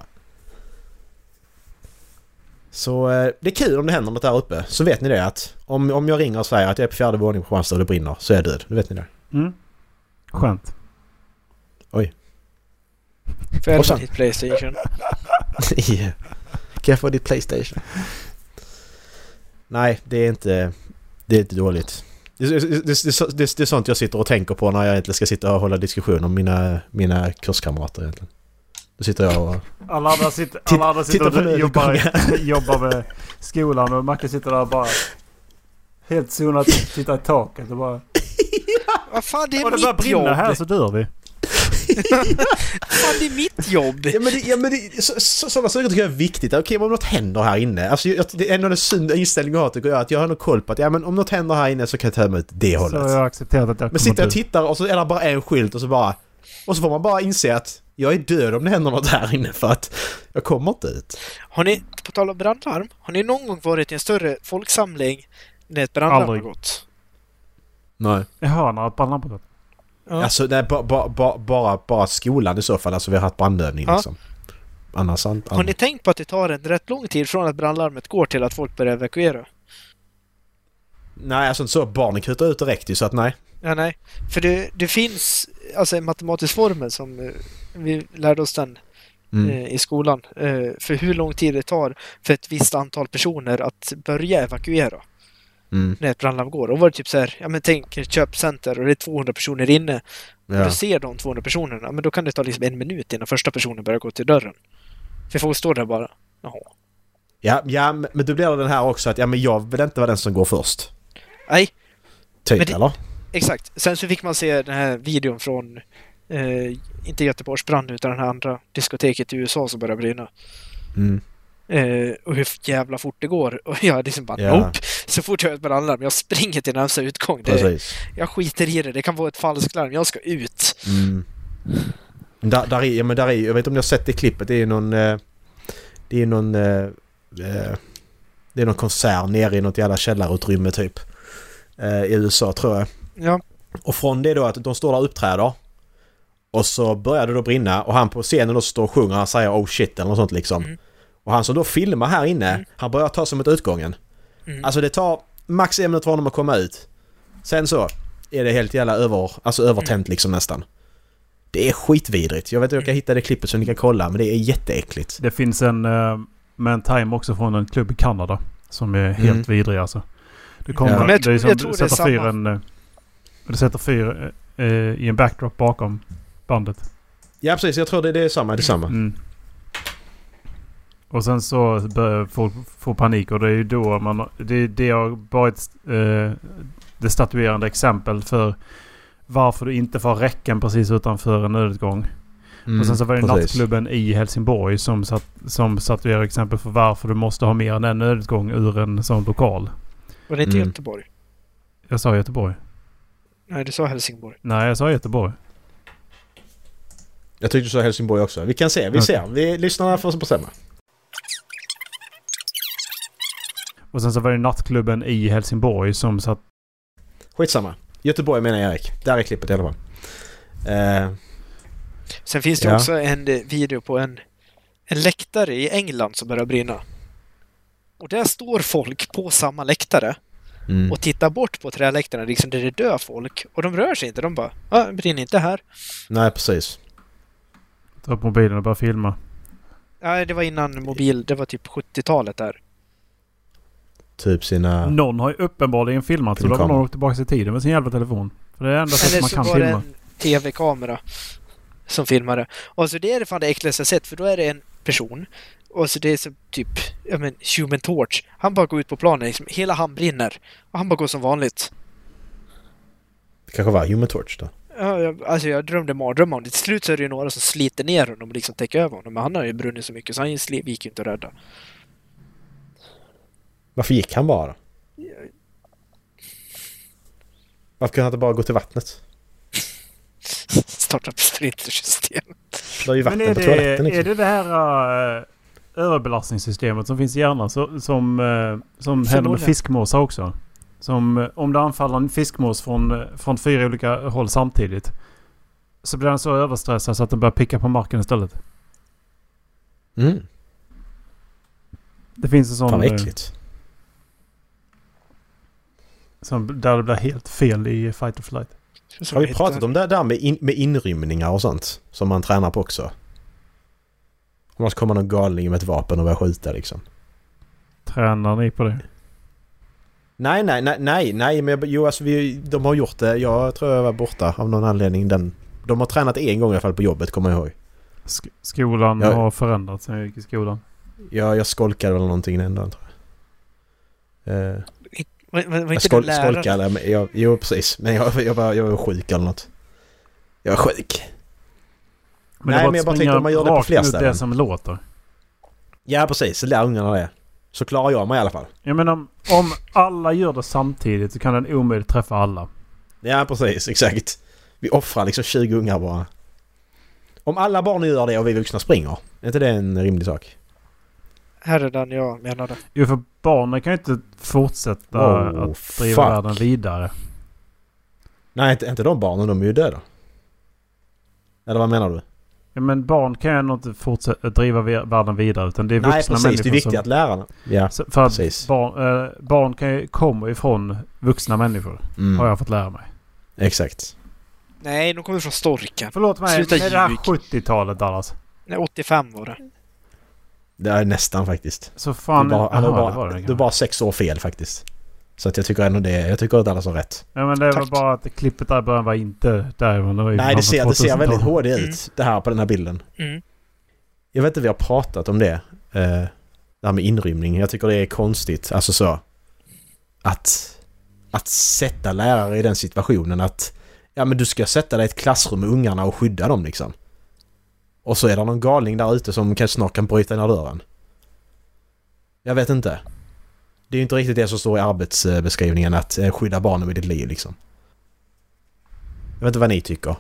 Så eh, det är kul om det händer något där uppe. Så vet ni det att om, om jag ringer och säger att jag är på fjärde våningen på Kristianstad och det brinner så är jag död. Då vet ni det. mm. skönt. För jag Och sen- hade ditt Playstation. Yeah. Kan jag få ditt Playstation? Nej, det är inte... Det är inte dåligt. Det, det, det, det, det, det är sånt jag sitter och tänker på när jag egentligen ska sitta och hålla diskussion om mina, mina kurskamrater egentligen. Då sitter jag och... Alla andra sitter, Titta- alla andra sitter titta på och mig, jobbar, jobbar med skolan och Macke sitter där och bara helt zonat tittar i taket och bara... Vad fan, det är Om det börjar mitt brinna jobb! här så dör vi. Fan, det är mitt jobb! Ja men, det, ja, men det, så, så, sådana saker tycker jag är viktigt. Okej, men om något händer här inne. Alltså, jag, det är ändå en sund inställning jag har tycker jag. Att jag har nog koll på att ja, men om något händer här inne så kan jag ta mig ut det Så hållet. jag har accepterat att jag Men kommer sitter jag och dö. tittar och så är det bara en skylt och så bara... Och så får man bara inse att jag är död om det händer något här inne för att jag kommer inte ut. Har ni, på tal om brandlarm, har ni någon gång varit i en större folksamling när ett brandlarm Aldrig. har gått? Nej. Jaha, när ett brandlarm gått. Ja. Alltså nej, ba, ba, ba, bara, bara skolan i så fall. Alltså vi har haft brandövning Ja. liksom. Annars inte. Har ni tänkt på att det tar en rätt lång tid från att brandlarmet går till att folk börjar evakuera? Nej, alltså inte så. Barnen kutar ut direkt ju så att nej. Ja, nej. För det, det finns alltså en matematisk formel som eh, vi lärde oss den Mm. eh, i skolan. Eh, för hur lång tid det tar för ett visst antal personer att börja evakuera Mm. när ett brandlarm går. Och var det typ så här, ja men tänk ett köpcenter och det är 200 personer inne. Om Ja. Du ser de 200 personerna, men då kan det ta liksom en minut innan första personen börjar gå till dörren. För folk står där bara, jaha. Ja, ja, men men du blir den här också att ja, men jag vill inte vara den som går först. Nej, Men Typ, det- eller? exakt. Sen så fick man se den här videon från, eh, inte Göteborgsbrand utan den här andra diskoteket i USA som började brinna. Mm. Eh, och hur jävla fort det går. Och jag liksom bara Ja. nope. Så fort jag hör ett brandlarm, jag springer till närmsta utgång. Det, Precis. jag skiter i det, det kan vara ett falsklarm, jag ska ut. Mm. Där, där, är, ja, men där är, jag vet inte om ni har sett det klippet. Det är någon... eh, Det är någon... eh, eh, Det är någon konsert nere i något jävla källarutrymme typ. eh, I USA tror jag. Ja, Och från det då att de står där och uppträder. Och så börjar det då brinna och han på scenen då står och sjunger han säger oh shit eller något sånt liksom. Mm. Och han som då filmar här inne, Mm. han börjar ta sig mot utgången. Mm. Alltså det tar max en minut för honom att komma ut. Sen så är det helt jävla över, alltså Mm. övertänt liksom nästan. Det är skitvidrigt. Jag vet inte om jag kan hitta det klippet så ni kan kolla men det är jätteäckligt. Det finns en eh, med en time också från en klubb i Kanada. Som är helt Mm. vidrig alltså. Det kommer... Ja. Men jag det tror- är som jag du tror det sätter är samma. fyren... eh, Du sätter fyr eh, i en backdrop bakom bandet. Ja precis, jag tror det, det är samma, det är samma. Mm. Och sen så börjar folk få panik och det är ju då man... Det, det har varit eh, det statuerande exempel för varför du inte får ha räcken precis utanför en nödutgång. Mm, och sen så var det precis. nattklubben i Helsingborg som, satt, som statuerade exempel för varför du måste ha mer än en nödutgång ur en sån lokal. var det inte Mm. Göteborg? Jag sa Göteborg. Nej, du sa Helsingborg. Nej, jag sa Göteborg. Jag tyckte du sa Helsingborg också. Vi kan se, vi Okej. ser. Vi, lyssnarna får bestämma. Och sen så var det nattklubben i Helsingborg som satt... Skitsamma. Göteborg menar jag Erik. Där är klippet i alla fall. Eh, Sen finns det Ja. också en eh, video på en, en läktare i England som börjar brinna. Och där står folk på samma läktare mm. och tittar bort på träläktarna liksom där det dör folk. Och de rör sig inte. De bara ah, det brinner inte här. Nej, precis. Ta upp mobilen och började filma. Nej, det var innan mobil. Det var typ 70-talet där. Typ sina... Någon har ju uppenbarligen filmat så då har Filmkamera. någon åkt tillbaka i tiden med sin jävla telefon. För det är det enda sättet Eller man så kan var det filma. en TV-kamera som filmade. Och så det är det fan det äckligaste jag sett för då är det en person och så det är som typ, ja men, Human Torch. Han bara går ut på planen liksom. Hela han brinner. Och han bara går som vanligt. Det kanske var Human Torch då. Ja, jag, alltså jag drömde mardrömmar om det. Till slut så är det ju några som sliter ner honom och liksom täcker över honom. Men han har ju brunnit så mycket så han sli- gick ju inte att rädda. Varför gick han bara då? Varför kunde han inte bara gå till vattnet? Starta sprintersystem. Det är ju vatten Men är på det, toaletten är liksom. det det här eh, överbelastningssystemet som finns i hjärnan så, som, eh, som händer med Förmodligen. fiskmåsar också? Som eh, om du anfaller en fiskmås från, eh, från fyra olika håll samtidigt. Så blir den så överstressad så att den börjar picka på marken istället. Mm. Det finns en Fan sån vad eh, äckligt. som, där det blir helt fel i fight or flight. Som Har vi heter- pratat om det där med, in, med inrymningar och sånt? Som man tränar på också? Om man ska komma någon galning med ett vapen och börja skjuta liksom. Tränar ni på det? Nej, nej, nej, nej, nej, men jag- jo alltså vi, de har gjort det. Jag tror jag var borta av någon anledning den. De har tränat en gång i alla fall på jobbet, kommer jag ihåg. Sk- skolan Ja. har förändrats sen jag gick i skolan. Jag, jag skolkade väl någonting den dagen tror jag. Eh, Var, var, var jag inte skol, det läraren? skolkade, men jag, jo precis. Men jag, jag, var, jag var sjuk eller något. Jag är sjuk. Nej, det var men jag att bara springa tänkte om man gör det på rakt fler mot ställen. det som låter. Ja precis, så lär ungarna det. Så klarar jag mig i alla fall. Jag menar om, om alla gör det samtidigt så kan den omöjligt träffa alla. Ja precis, exakt. Vi offrar liksom 20 ungar bara. Om alla barn gör det och vi vuxna springer, är inte det en rimlig sak? Här är den jag menade. Jo, för barnen kan ju inte fortsätta Oh, att driva fuck. världen vidare. Nej, inte, inte de barnen, de är ju döda. Eller vad menar du? Ja, men barn kan ju ändå inte fortsätta att driva vi- världen vidare. Utan det är vuxna Nej precis, människor det är viktigt som... att lärarna... Ja, Så- För att precis. barn, eh, barn kan ju, kommer ifrån vuxna människor. Har Mm, jag fått lära mig. exakt. Nej, de kommer från storken. Förlåt mig, Sluta men det är det här ljug. 70-talet Dallas. Nej, 85 var det. Det är nästan faktiskt. Så fan... du, bara, han var Jaha, bara, det var det, du var bara sex år fel faktiskt. Så att jag tycker ändå det. Jag tycker att alla har rätt. Ja men det var Tack. bara att klippet där i början var inte därifrån. Det var ju Nej, fan det från ser, det ser 2000-talet. väldigt HD ut. Mm. Det här på den här bilden. Mm. Jag vet inte, vi har pratat om det. eh, Det här med inrymning. Jag tycker det är konstigt. Alltså så. Att, att sätta lärare i den situationen att... Ja men du ska sätta dig i ett klassrum med ungarna och skydda dem liksom. Och så är det någon galning där ute som kanske snart kan bryta ner dörren. Jag vet inte. Det är ju inte riktigt det som står i arbetsbeskrivningen att eh, skydda barnen med ditt liv liksom. Jag vet inte vad ni tycker.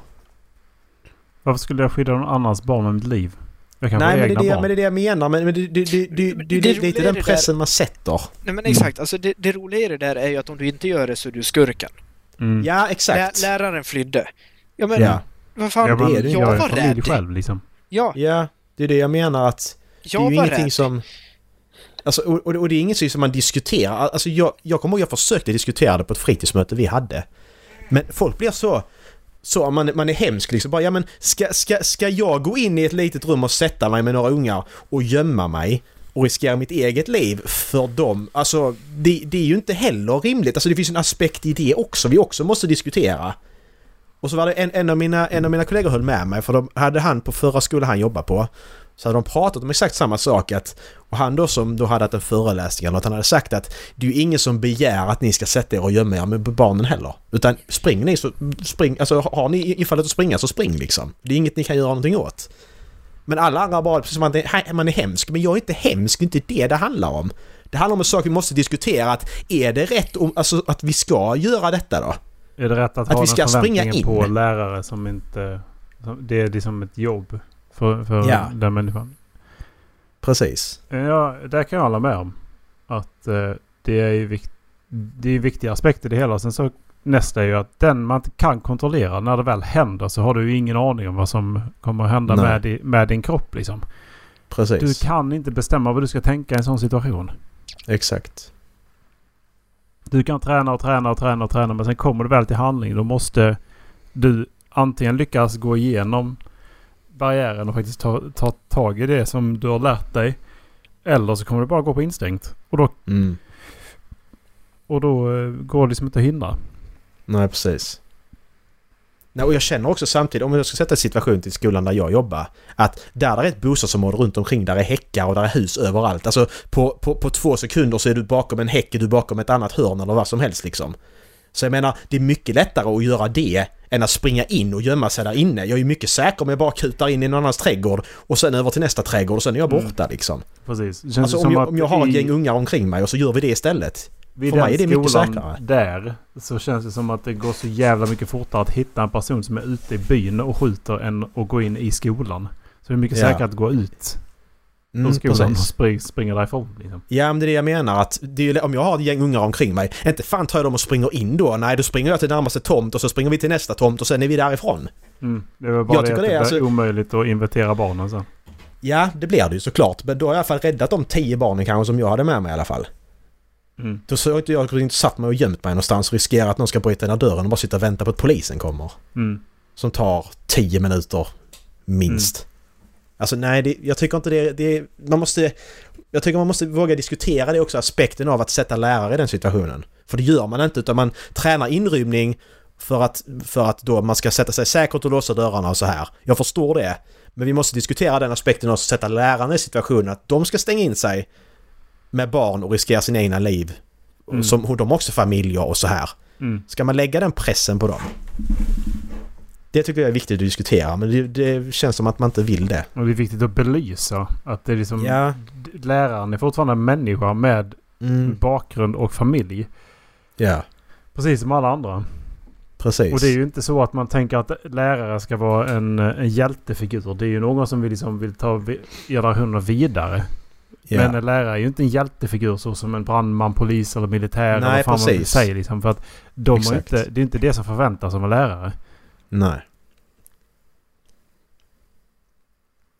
Varför skulle jag skydda någon annans barn med mitt liv? Jag kan Nej, få men det, egna är det, barn. men det är det jag menar. Men, men det, det, det, det, Men det, det det roliga är lite är den det där- pressen man sätter. Mm. Nej men exakt, alltså det, det roliga i det där är ju att om du inte gör det så är du skurken. mm. Ja, Lä, exakt. läraren flydde. Ja men, Ja. vad fan, jag, det är men, det. jag jag var är familj rädd. själv liksom. Ja, ja, det är det jag menar att det är jag ju var ingenting rädd. som... Alltså, och, och, och det är inget som man diskuterar. Alltså, jag, jag kommer ihåg jag försökte diskutera det på ett fritidsmöte vi hade. Men folk blir så... Så man, man är hemsk liksom. Bara, ja, men ska, ska, ska jag gå in i ett litet rum och sätta mig med några ungar och gömma mig och riskera mitt eget liv för dem? Alltså, det, det är ju inte heller rimligt. Alltså, det finns en aspekt i det också vi också måste diskutera. Och så var det en, en, av mina, en av mina kollegor höll med mig för de hade han på förra skolan han jobbade på så hade de pratat om exakt samma sak att och han då som då hade haft en föreläsning eller att han hade sagt att det är ju ingen som begär att ni ska sätta er och gömma er med barnen heller. Utan spring ni så spring, alltså har ni infallet att springa så spring liksom. Det är inget ni kan göra någonting åt. Men alla andra bara, precis som att det- hej, man är hemsk. Men jag är inte hemsk, det är inte det det handlar om. Det handlar om en sak vi måste diskutera, att är det rätt om, alltså, att vi ska göra detta då? Är det rätt att, vi ha ska den springa förväntningen in. på lärare som inte... Som, det är liksom ett jobb för, för Ja. den människan. Precis. Ja, där kan jag hålla med om. Att eh, det är ju vikt, det är viktiga aspekter i det hela. Sen så nästa är ju att den man inte kan kontrollera när det väl händer så har du ju ingen aning om vad som kommer att hända Nej. med, di- med din kropp liksom. Precis. Du kan inte bestämma vad du ska tänka i en sån situation. Exakt. Du kan träna och träna och träna och träna men sen kommer du väl till handling. Då måste du antingen lyckas gå igenom barriären och faktiskt ta, ta tag i det som du har lärt dig. Eller så kommer du bara gå på instängt. Och då, Mm. och då eh, går det liksom inte att hindra. Nej, precis. Nej, och jag känner också samtidigt, om jag ska sätta en situation till skolan där jag jobbar, att där det är ett bostadsområde runt omkring, där är häckar och där är hus överallt. Alltså på, på, på två sekunder så är du bakom en häck, är du bakom ett annat hörn eller vad som helst liksom. Så jag menar, det är mycket lättare att göra det än att springa in och gömma sig där inne. Jag är ju mycket säker om jag bara kutar in i någon annans trädgård och sen över till nästa trädgård och sen är jag Mm. borta liksom. Precis. Det känns ju Alltså om som jag, att om jag har ett i- gäng ungar omkring mig och så gör vi det istället. Vid För den mig är det mycket skolan säkrare. där så känns det som att det går så jävla mycket fortare att hitta en person som är ute i byn och skjuter än att gå in i skolan. Så det är mycket Ja. säkrare att gå ut Mm, från skolan och precis. spring, springa därifrån. Liksom. Ja, men det är det jag menar. Att det är, ju- om jag har ett gäng ungar omkring mig, inte fan tar jag dem och springer in då. Nej, då springer jag till närmaste tomt och så springer vi till nästa tomt och sen är vi därifrån. Mm. Det var bara Jag det tycker att det det är är alltså- omöjligt att inventera barnen sen. Ja, det blir det ju såklart. Men då har jag i alla fall räddat de tio barnen kanske som jag hade med mig i alla fall. Mm. Då så har inte jag gått in och satt mig och gömt mig någonstans och riskerat att någon ska bryta ner dörren och bara sitta och vänta på att polisen kommer. Mm. Som tar tio minuter, minst. Alltså nej, det, jag tycker inte det, det... Man måste... Jag tycker man måste våga diskutera det också, aspekten av att sätta lärare i den situationen. För det gör man inte, utan man tränar inrymning för att, för att då man ska sätta sig säkert och låsa dörrarna och så här. Jag förstår det. Men vi måste diskutera den aspekten av att sätta lärarna i situationen att de ska stänga in sig med barn och riskera sina egna liv. Mm. Som, och de har också familjer och så här. Mm. Ska man lägga den pressen på dem? Det tycker jag är viktigt att diskutera, men det, det känns som att man inte vill det. Och det är viktigt att belysa att det är liksom, Ja. d- läraren är fortfarande en människa med Mm. bakgrund och familj. Ja, Precis som alla andra. precis. Och det är ju inte så att man tänker att lärare ska vara en, en hjältefigur. Det är ju någon som vill, liksom, vill ta vi- generationer vidare. ja. Men en lärare är ju inte en hjältefigur så som en brandman, polis eller militär. eller Nej, vad fan man nu precis. säger liksom. För att de har Exakt. inte, det är inte det som förväntas av en lärare. Nej.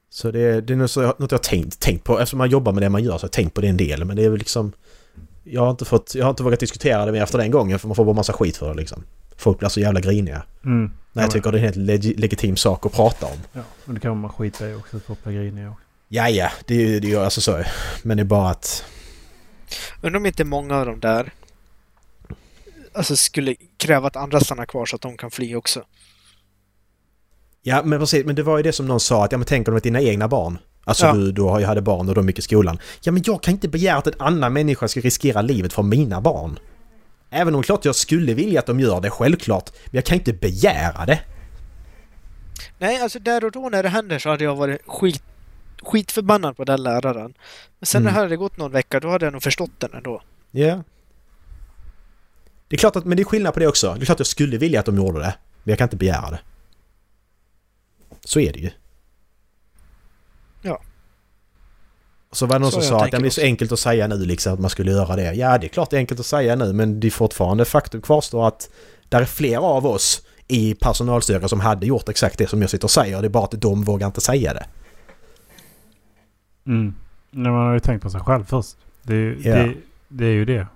Så det, det är nog så jag- något jag har tänkt, tänkt på. Eftersom man jobbar med det man gör så har jag tänkt på det en del. Men det är väl liksom... Jag har inte, fått, jag har inte vågat diskutera det mer efter den gången för man får bara massa skit för det liksom. Folk blir så jävla griniga. Mm. När jag tycker det är en helt leg- legitim sak att prata om. Ja, men det kan man skita i också för Pellegrini också. Ja, ja, det är ju det är ju alltså så. Men det är bara att... Undrar om inte många av de där alltså, skulle kräva att andra stannar kvar så att de kan fly också. Ja, men precis. Men det var ju det som någon sa att ja, men tänk om det var dina egna barn. Alltså Ja. du, du har ju hade barn och de gick i skolan. Ja, men jag kan inte begära att en annan människa ska riskera livet för mina barn. Även om klart jag skulle vilja att de gör det, självklart. Men jag kan inte begära det. Nej, alltså där och då när det händer så hade jag varit skit, skitförbannad på den läraren. Men sen Mm. när det hade gått någon vecka, då hade jag nog förstått den ändå. Ja. Det är klart att, men det är skillnad på det också. Det är klart jag skulle vilja att de gjorde det. Men jag kan inte begära det. Så är det ju. Ja. Och så var det någon Så som jag sa att ja, tänker men det är så enkelt att säga nu liksom att man skulle göra det. Ja, det är klart det är enkelt att säga nu men det är fortfarande faktum kvarstår att där är flera av oss i personalstyrkan som hade gjort exakt det som jag sitter och säger. Det är bara att de vågar inte säga det. Mm. Nej, man har ju tänkt på sig själv först. Det är, ju- Ja. det, det är ju det.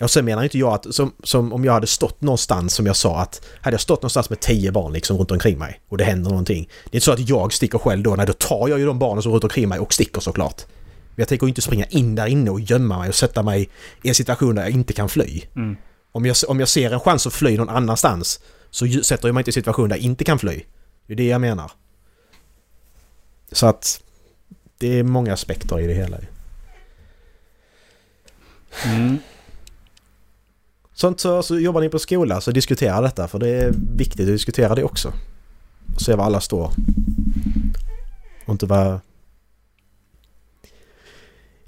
Och sen menar inte jag att, som, som om jag hade stått någonstans som jag sa att, hade jag stått någonstans med tio barn liksom runt omkring mig och det händer någonting. Det är inte så att jag sticker själv då, nej då tar jag ju de barnen som är runt omkring mig och sticker såklart. Men jag tänker ju inte springa in där inne och gömma mig och sätta mig i en situation där jag inte kan fly. Mm. Om jag, om jag ser en chans att fly någon annanstans så ju- sätter jag mig inte i en situation där jag inte kan fly. Det är det jag menar. Så att det är många aspekter i det hela. Mm. Sånt så, så jobbar ni på skola så diskutera detta för det är viktigt att diskutera det också. Och se var alla står. Och inte vara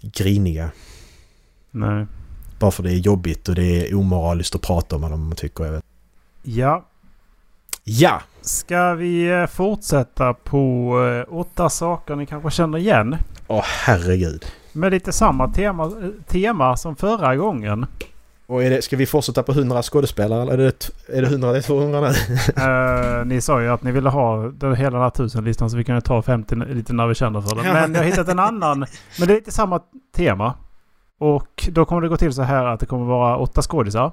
griniga. Nej. Bara för det är jobbigt och det är omoraliskt att prata om vad de tycker. Jag vet. Ja. Ja! Ska vi eh, fortsätta på eh, åtta saker ni kanske känner igen? Åh herregud. Med lite samma tema, eh, tema som förra gången. Och är det, ska vi fortsätta på 100 skådespelare eller är det, t- är det 100 eller 200 nu? Eh, ni sa ju att ni ville ha den, hela den här tusenlistan så vi kunde ta 50 n- lite när vi känner för det. Ja. Men jag har hittat en annan. Men det är lite samma tema. Och då kommer det gå till så här att det kommer vara åtta skådisar.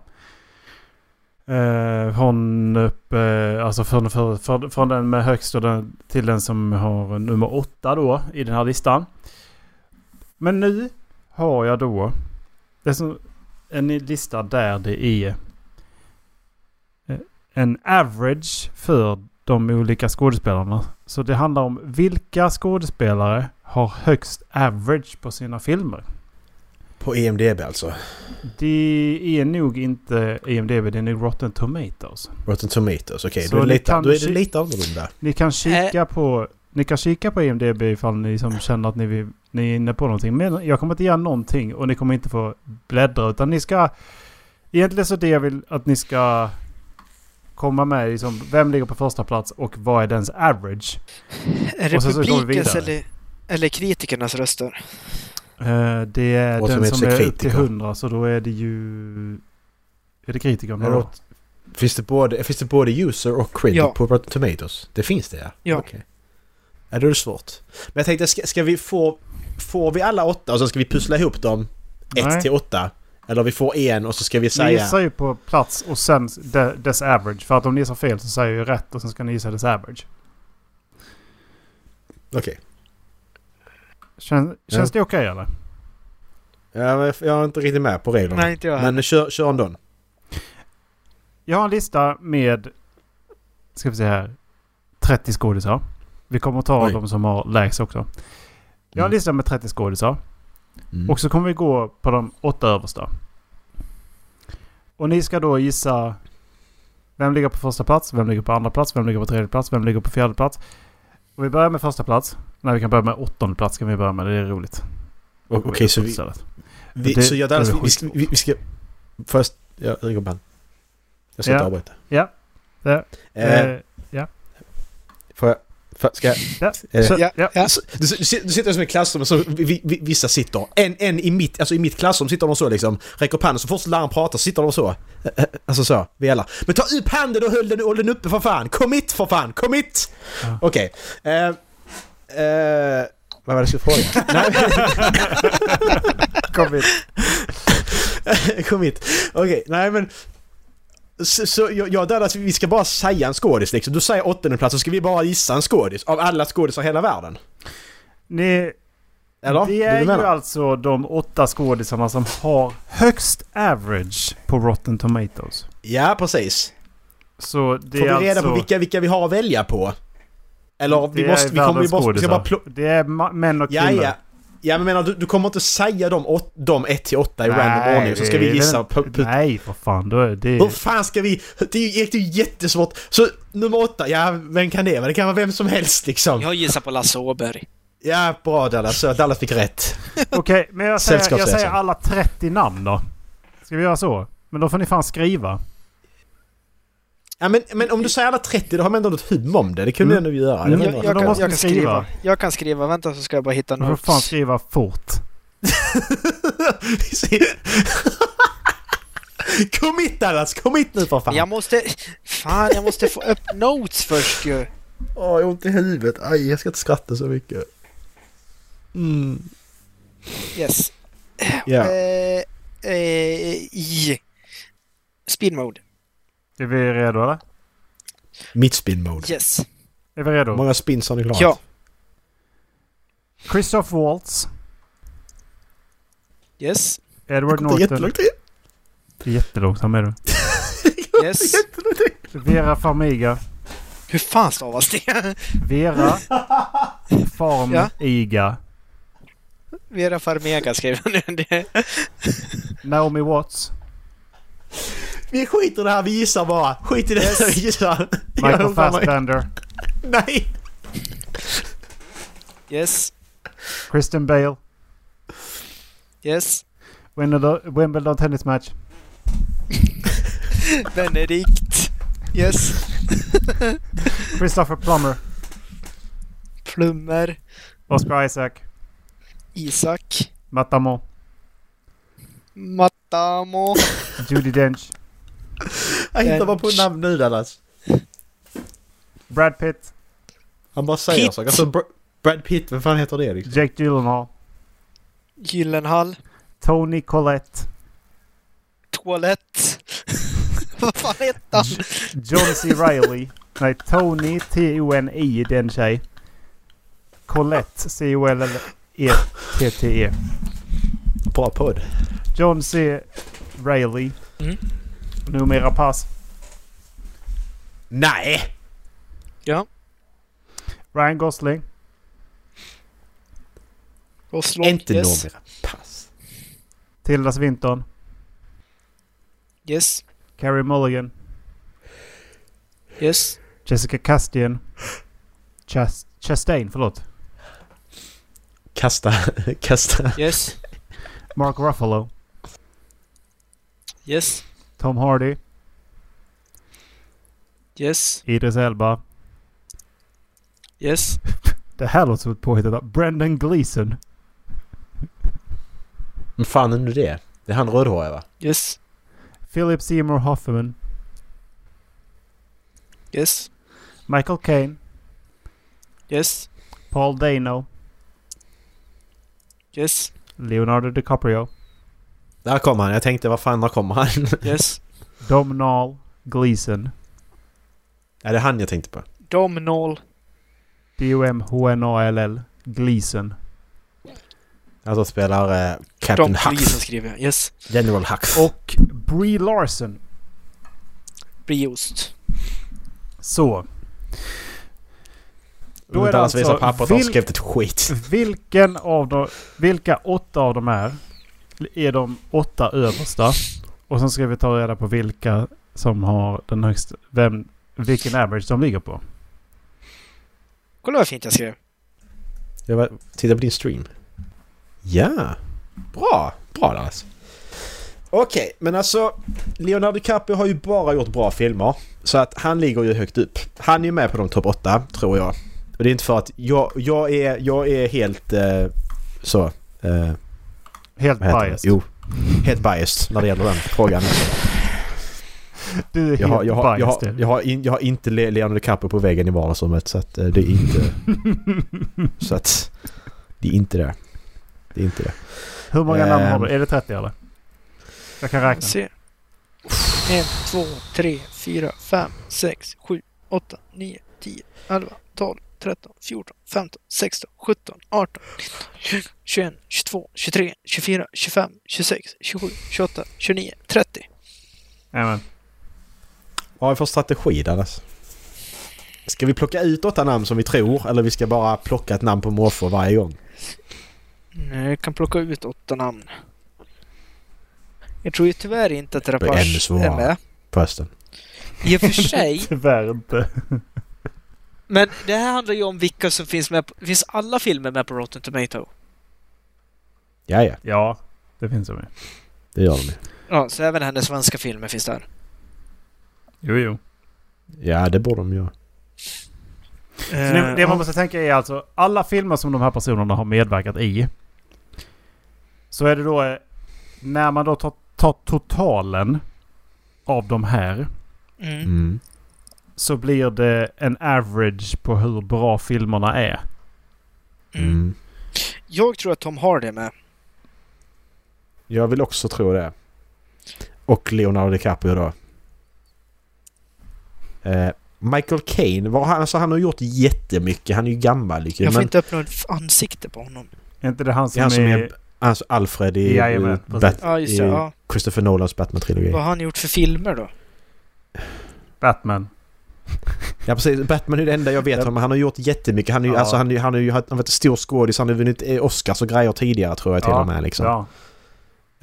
Eh, från, upp, eh, alltså från, för, för, från den med högst och den, till den som har nummer åtta då i den här listan. Men nu har jag då det som, en lista där det är en average för de olika skådespelarna. Så det handlar om vilka skådespelare har högst average på sina filmer. På EMDB alltså. Det är nog inte IMDB, det är nog Rotten Tomatoes. Rotten Tomatoes. Okej, Så då, är det det lite- då är det kanske- lite annorlunda. Ni kan kika på, ni kan kika på IMDB ifall ni som känner att ni, vill, ni är inne på någonting. Men jag kommer inte göra någonting och ni kommer inte få bläddra utan ni ska... Egentligen så det jag vill att ni ska komma med liksom, vem ligger på första plats och vad är dens average? Är Och sen så går vi republikens vidare. eller, eller kritikernas röster? Eh, Det är Och som den är som är upp till kritiker. 100 så då är det ju... Är det kritikerna Är det då? åt- Finns det både, finns det både user och critic Ja. på Rotten Tomatoes? Det finns det ja? Ja. Okej. Ja, då är det svårt. Men jag tänkte, ska, ska vi få... Får vi alla åtta och så ska vi pussla ihop dem? Ett Nej. till åtta? Eller vi får en och så ska vi Ni säga... gissar ju på plats och sen de- dess average. För att om ni gissar fel så säger jag ju rätt och sen ska ni gissa dess average. Okej. Kän, Känns det okej eller? Ja, men jag- jag är inte riktigt med på reglerna. Nej, inte jag heller. Men kör, kör ändå. Jag har en lista med... Ska vi se här. 30 skådisar. Vi kommer att ta Oj. de som har lägst också. Jag har en Mm. lista med 30 skådisar. Mm. Och så kommer vi gå på de åtta översta. Och ni ska då gissa vem ligger på första plats, vem ligger på andra plats, vem ligger på tredje plats, vem ligger på fjärde plats. Och vi börjar med första plats. Nej, vi kan börja med åttonde plats kan vi börja med. Det är roligt. O- Okej, så vi... Istället. vi Det- så jag, det är vi, vi, ska, vi, vi ska... Först... Jag ringer band. Jag ska Ja. inte avbryta. Ja. Ja. Eh, Eh, Får jag... För, ska jag... Ja. eh, så- ja, ja. ja. Så- Du, du, du sitter som i klassrum, så vi, vi, vissa sitter. En, en i, mitt, alltså i mitt klassrum sitter de så liksom, räcker upp handen, så fort läraren pratar så sitter de så. Eh, eh, Alltså så, vi alla. Men ta upp handen och håll den, håll den uppe för fan! Kom hit för fan! Kom hit! Ja. Okej. Eh, eh, vad var det jag skulle fråga? Nej, Kom hit. kom hit. Okej, nej men... Så, så jag, jag där, alltså, vi ska bara säga en skådis liksom. Du säger åttondeplats så ska vi bara gissa en skådis av alla skådisar i hela världen. Ni, Eller? det är du ju menar? alltså de åtta skådisarna som har högst average på Rotten Tomatoes. Ja, precis. Så det Får vi är reda alltså... på vilka, vilka vi har att välja på? Eller vi det måste... är Vi kommer ju världens bara... Vi ska skådisar. bara plo- Det är ma- män och ja, kvinnor. ja. Ja, men menar du, du kommer inte säga de, åt, de 1 till 8 i Nej, random ordning så ska vi det- gissa på... på Nej, vad fan. Då är det... hur fan ska vi... Det är ju det är ju jättesvårt. Så nummer 8, ja vem kan det vara? Det kan vara vem som helst liksom. Jag gissar på Lasse Åberg. Ja, bra Dallas. Så Dallas fick rätt. Okej, men jag säger, jag säger Sällskapsresan. alla 30 namn då. Ska vi göra så? Men då får ni fan skriva. Ja, men, men om du säger alla 30 då har man ändå något hum om det. Det kunde Mm. jag nog göra. Mm. Jag, Jag, menar- jag, då kan, jag måste kan ni skriva. skriva. Jag kan skriva. Vänta så ska jag bara hitta Då får fan något. skriva fort. Vi ser- Kom hit Dallas! Kom hit nu för fan! Jag måste... Fan, jag måste få upp notes först ju. Åh, jag har ont i huvudet. Aj, jag ska inte skratta så mycket. Mm. Yes. Ja. Eh, eh, I... Speed mode. Är vi redo eller? Mitt spin mode. Yes. Är vi redo? Hur många spins har ni klarat? Ja. Christoph Waltz. Yes. Edward Det är Norton. jättelångt in. Det är jättelångsam är du. Yes. Jättelångt in. Vera Farmiga. Hur fan stavas det? Vera Farmiga. Vera Farmega skrev jag nu. Det- Naomi Watts. Vi skiter i det här, vi gissar bara. Skit i det här, vi gissar. Jag Michael undrar mig. Fassbender. Nej! Yes. Kristen Bale. Yes. Wimbledon, Wimbledon tennismatch. Benedikt. Yes. Christopher Plummer. Plummer. Oscar Isaac. Isak. Matt Damon. Matamo. Judy Dench. Jag hittar bara på namn nu Dallas. Brad Pitt. Han bara säger Pitt. saker. Alltså Br- Brad Pitt, vem fan heter det liksom? Jake Gyllenhaal. Gyllenhall. Tony Collette. Toalett. Vad fan hette han? John C. Reilly. Nej, Tony T-O-N-I, den tjej. Colette E C-O-L-L-E-T-T-E. Bra podd. E. John C. Reilly. Mm. Numera pass. Nej! Ja. Ryan Gosling. Oslo. Inte yes. några pass. Tilda Swinton. Yes. Carey Mulligan. Yes. Jessica Chastain. Chas- Chastain, förlåt. Kasta, kasta. Yes. Mark Ruffalo. Yes. Tom Hardy. Yes. Idris Elba. Yes. Det här låter som ett påhittat Brendan Gleeson. Men fan är nu det? Det är han rödhåriga va? Yes. Philip Seymour Hoffman. Yes. Michael Caine. Yes. Paul Dano. Yes. Leonardo DiCaprio. Där kom han. Jag tänkte, vad fan, där kommer han? Yes. Domhnall Gleeson. Ja, det är han jag tänkte på. Domnall. D-O-M-H-N-A-L-L. Gleeson. Han som spelar eh, Dom Captain polisen Hux. skriver jag. Yes. General Hux. Och Brie Larson. Brieost. Så. Då är det alltså... visar pappa att han vil- skrivit ett skit. vilken av de, vilka åtta av de är, är de åtta översta. Och sen ska vi ta reda på vilka som har den högsta, vem, vilken average de ligger på. Kolla vad fint jag skrev. Jag bara, titta på din stream. Ja. Bra. Bra Dallas. Okej, men alltså Leonardo DiCaprio har ju bara gjort bra filmer. Så att han ligger ju högt upp. Han är ju med på de topp 8, tror jag. Och det är inte för att jag, jag, är, jag är helt eh, så... Eh, Helt vad heter det? biased. Jo. Helt biased när det gäller den frågan. Du är Jag helt har, jag, har, jag, biased. har, jag, har in, jag har inte Le- Leonardo DiCaprio på väggen i vardagsrummet så att eh, det är inte... så att... Det är inte det. Det är inte det. Hur många namn har Ehm. du? Är det 30 eller? Jag kan räkna. Se. En, två, tre, fyra, fem, sex, sju, åtta, nio, tio, elva, tolv, tretton, fjorton, femton, sexton, sjutton, arton, nitton, tjugoen, tjugotvå, tjugotre, tjugofyra, tjugofem, tjugosex, tjugosju, tjugoåtta, tjugonio, trettio. Jajamän. Vad har vi för strategi Dallas? Ska vi plocka ut åtta namn som vi tror eller vi ska bara plocka ett namn på måfå varje gång? Nej, Jag kan plocka ut åtta namn. Jag tror ju tyvärr inte att blir ännu Rapace svårare. är med. På hösten. I och för sig, Tyvärr inte. men det här handlar ju om vilka som finns med. På, finns alla filmer med på Rotten Tomato? Ja, ja. Ja, det finns det med. Det gör de ju. Ja, så även hennes svenska filmer finns där. Jo, jo. Ja, det borde de göra. Så Eh, nu, det ja. man måste tänka är alltså alla filmer som de här personerna har medverkat i. Så är det då eh, när man då tar, tar totalen av de här. Mm. Mm. Så blir det en average på hur bra filmerna är. Mm. Mm. Jag tror att Tom Hardy är med. Jag vill också tro det. Och Leonardo DiCaprio då. Eh, Michael Caine, var han, alltså han har gjort jättemycket. Han är ju gammal. Liksom, Jag får men inte upp något f- ansikte på honom. Är inte det han det som är han som är... är alltså Alfred i Jajamän, i precis. Bat- Ja, just det. i Ja. Christopher Nolans Batman-trilogi. Vad har han gjort för filmer då? Batman? Ja precis, Batman är det enda jag vet om. men Han har gjort jättemycket. Han, är ju, Ja. alltså, han, är- han har ju haft- han har varit en stor skådis. Han har vunnit eh, Oscars och grejer tidigare tror jag till Ja, och med. Liksom. Ja.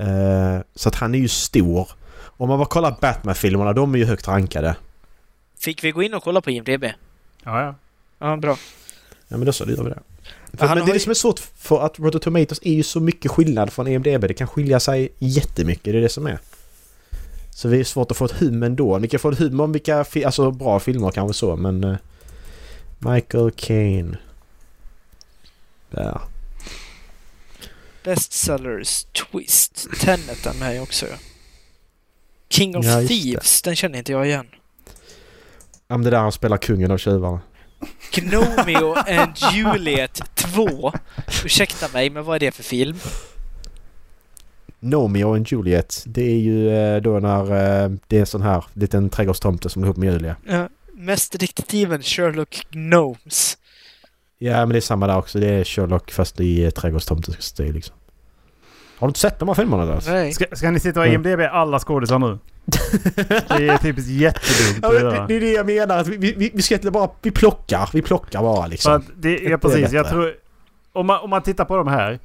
Eh, så att han är ju stor. Om man bara kollar Batman-filmerna, de är ju högt rankade. Fick vi gå in och kolla på IMDB? Ja, ja. Ja, bra. Ja men då så, då gör vi det. För, han men det har är det ju- som är svårt för att Rotten Tomatoes är ju så mycket skillnad från E EMDB. Det kan skilja sig jättemycket, det är det som är. Så det är svårt att få ett hum ändå. Ni kan få ett hum om vilka fi- alltså, bra filmer kanske så men... eh, Michael Caine. Där. Bestsellers, Twist, Tenet är med också. ja. King of Ja, just det. Thieves, den känner inte jag igen. Ja men det där han spelar kungen av tjuvarna. Gnomeo and Juliet 2. Ursäkta mig, men vad är det för film? Nomeo and Juliet. Det är ju eh, då när eh, det är en sån här liten trädgårdstomte som är ihop med Julia. Uh, Mästerdetektiven Sherlock Gnomes. Ja men det är samma där också. Det är Sherlock fast i eh, trädgårdstomtestil liksom. Har du inte sett de här filmerna då? Nej. Ska, ska ni sitta och Mm. IMDB alla skådisar nu? Det är typiskt jättedumt Ja, att men göra. det, det är det jag menar. Att vi, vi- vi, vi ska egentligen bara... Vi plockar. Vi plockar bara Så liksom. att det, Det är ja, precis. Jag bättre. tror... Om man, om man tittar på de här.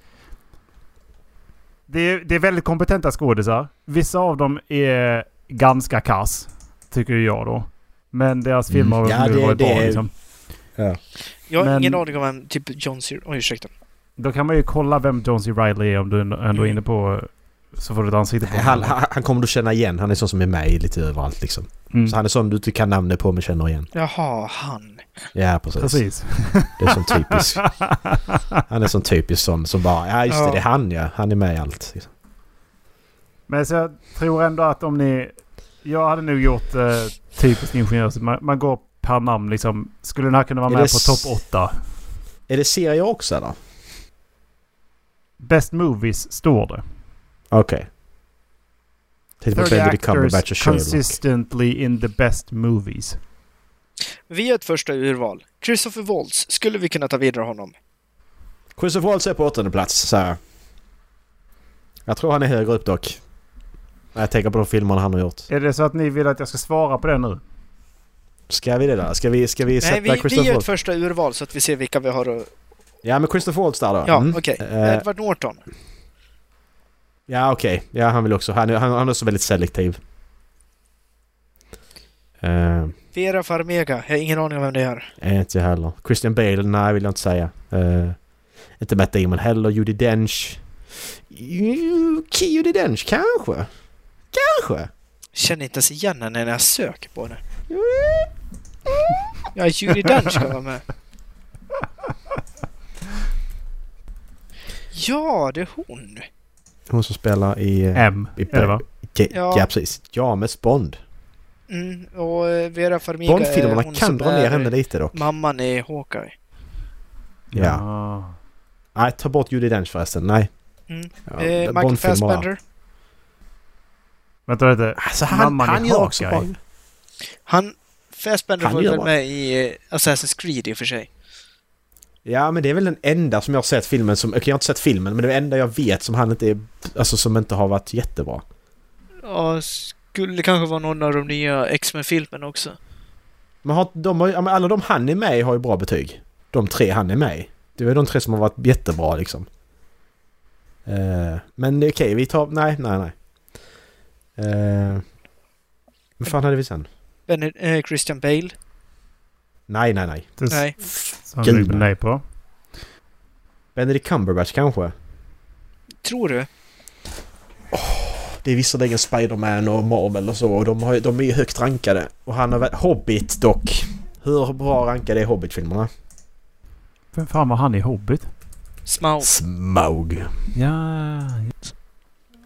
Det är, det är väldigt kompetenta skådisar. Vissa av dem är ganska kass. Tycker ju jag då. Men deras Mm. filmer har Ja, nu det- varit bra det är- liksom. Jag har Men- ingen aning om vem typ John Cyr... Oj, ursäkta. Då kan man ju kolla vem John C. Reilly är om du ändå ändå är Mm. inne på... Så får du ett ansikte på Han, han, han kommer du känna igen. Han är sån som är med i lite överallt liksom. Mm. Så han är sån du inte kan namnet på men känner igen. Jaha, han. Ja precis. Precis. Det är sån typisk. Han är sån typisk sån som bara... Ja just det, Ja. det är han ja. Han är med i allt. Liksom. Men så jag tror ändå att om ni... Jag hade nog gjort eh, typiskt ingenjörs... Man, man går per namn liksom. Skulle den här kunna vara Är med det på s- topp 8? Är det serier också eller? Best Movies står det. Okej. Tänkte på 30 Benedict Cumberbatch och actors Sherlock. consistently in the best movies. Vi gör ett första urval. Christopher Waltz, skulle vi kunna ta vidare honom? Christopher Waltz är på åttonde plats så här. Jag tror han är högre upp dock. När jag tänker på de filmerna han har gjort. Är det så att ni vill att jag ska svara på det nu? Ska vi det där? Ska vi, ska vi sätta Nej, vi, vi Christopher gör ett Waltz? första urval så att vi ser vilka vi har att... Ja men Christopher Waltz där då. Ja, Mm. okej. Eh, Edward Norton. ja okej. Ja han vill också. Han, är- han, han är så väldigt selektiv. Eh, Vera Farmiga. Jag har ingen aning om vem det är. är inte jag heller. Christian Bale? Nej vill jag inte säga. Eh, inte Matt Damon heller. Judi Dench. Ju- Judi Dench kanske? Kanske? Känner inte ens igen henne när jag söker på henne. Ja, Judi Dench ska vara med. Ja, det är hon. Hon som spelar i... eh, M, i är det va? Ja, Ja. ja precis. James Bond. Mm, och eh, Vera Farmiga Bondfilmerna är eh, hon kan som dra ner henne är lite dock. mamman i Hawkeye. Ja. Ah. Nej, ta bort Judi Dench förresten. Nej. Mm. Ja, eh, Michael Bondfilmer, va? Fassbender. Vänta lite. Alltså han, Mamman han i gör också bra. Hawkeye. Han... Fassbender Han var ju gör väl bra. med i eh, Assassin's Creed i och för sig. Ja, men det är väl den enda som jag har sett filmen som... Okej, jag har inte sett filmen, men det är den enda jag vet som han inte är... Alltså som inte har varit jättebra. Ja, skulle kanske vara någon av de nya X-Men-filmerna också. Men har, de har, ju- ja, men alla de han är med i har ju bra betyg. De tre han är med i. Det är de tre som har varit jättebra liksom. Eh, men det är okej, vi tar... Nej, nej, nej. Eh, vad fan hade vi sen? Bene- eh, Christian Bale. Nej, nej, nej. Det Nej. som Gud, du är nej på. Benedict Cumberbatch kanske? Tror du? Det är visserligen Spider-Man och Marvel och så och de, har, ju- de är ju högt rankade. Och han har väl... Hobbit dock. Hur bra rankade är Hobbit-filmerna? Vem fan var han i Hobbit? Smaug. Smaug. Ja...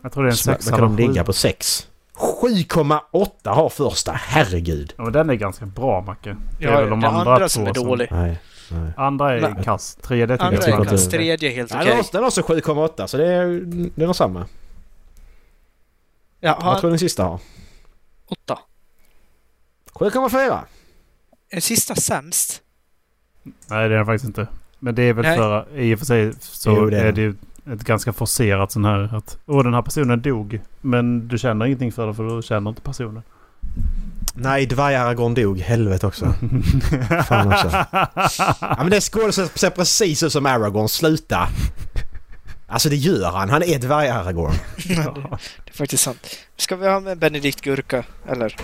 Jag tror det är en Sma- Vad sexa kan de eller sju. ligga på? 6? 7,8 har första, herregud! Ja, men den är ganska bra, Macke. Det är Ja, väl de det andra, andra som två är som- dålig. Nej, nej. Andra är Nej. kass. Tredje tycker Andra jag tycker är är att kass, det- tredje är helt Ja, den okej. har- den har också 7,8 så det är, den har samma. Ja, Vad han, tror du den sista har? åtta. 7,4! Är sista sämst? Nej, det är den faktiskt inte. Men det är väl Nej. för... I och för sig så Jo, det är är den. det ju ett ganska forcerat sån här att... Åh, den här personen dog. Men du känner ingenting för det för du känner inte personen. Nej, Dvaj Aragorn dog. Helvete också. Fan också. Ja men det skådespelaren ser precis ut som Aragorn. Sluta! Alltså det gör han. Han är Dvaj Aragorn. Ja. Det är faktiskt sant. Ska vi ha med Benedikt Gurka? Eller?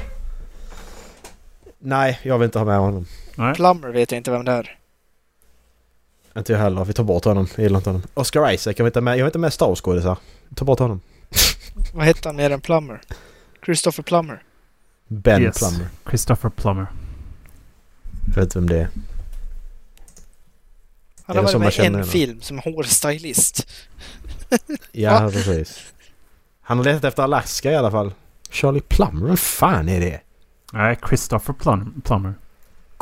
Nej, jag vill inte ha med honom. Nej. Plummer vet jag inte vem det är. Inte jag heller. Vi tar bort honom. Jag gillar inte honom. Oscar Isaac. Jag vill inte ha med, jag vill inte ha med Star Wars-skådisar. Ta bort honom. Vad heter han mer än Plummer? Christopher Plummer. Ben Yes. Plummer. Christopher Plummer. Jag vet inte vem det är. Han Är har det varit som med i man en känner henne? film som hårstylist. Ja, precis. Han har letat efter Alaska i alla fall. Charlie Plummer? Vem fan är det? Nej, Christopher Plum- Plummer.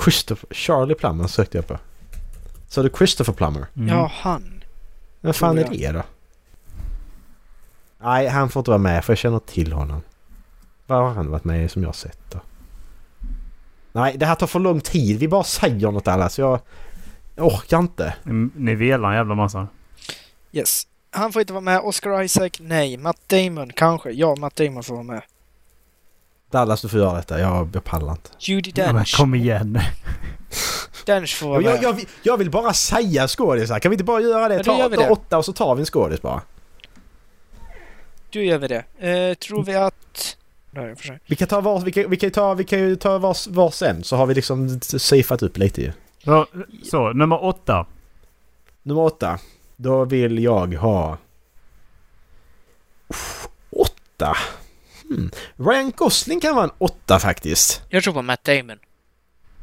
Christopher... Charlie Plummer sökte jag på. Så du Christopher Plummer? Mm. Ja, han. Vem fan Tror är det då? Nej, han får inte vara med för jag känner till honom. Vad har han varit med i som jag har sett då? Nej, det här tar för lång tid. Vi bara säger något annat så jag... jag orkar inte. Mm, Ni velar en jävla massa. Yes. Han får inte vara med. Oscar Isaac? Nej. Matt Damon? Kanske. Ja, Matt Damon får vara med. Dallas, du får göra detta. Jag, jag pallar inte. Judi Ja, men Dench. kom igen. Dench får vara Jag, jag, med. jag, vill- jag vill bara säga skådisar. Kan vi inte bara göra Ja, det? då Ta gör vi åtta, det. åtta och så tar vi en skådis bara. Du gör vi det. Eh, tror vi att... Nej, jag försöker. Vi kan ta var, vi kan, vi kan ju ta, vi kan ju ta vars, vars en så har vi liksom safeat upp lite ju. Så, så nummer åtta. Nummer åtta. Då vill jag ha... Uff, Åtta? Hmm. Ryan Gosling kan vara en åtta faktiskt. jag tror på Matt Damon.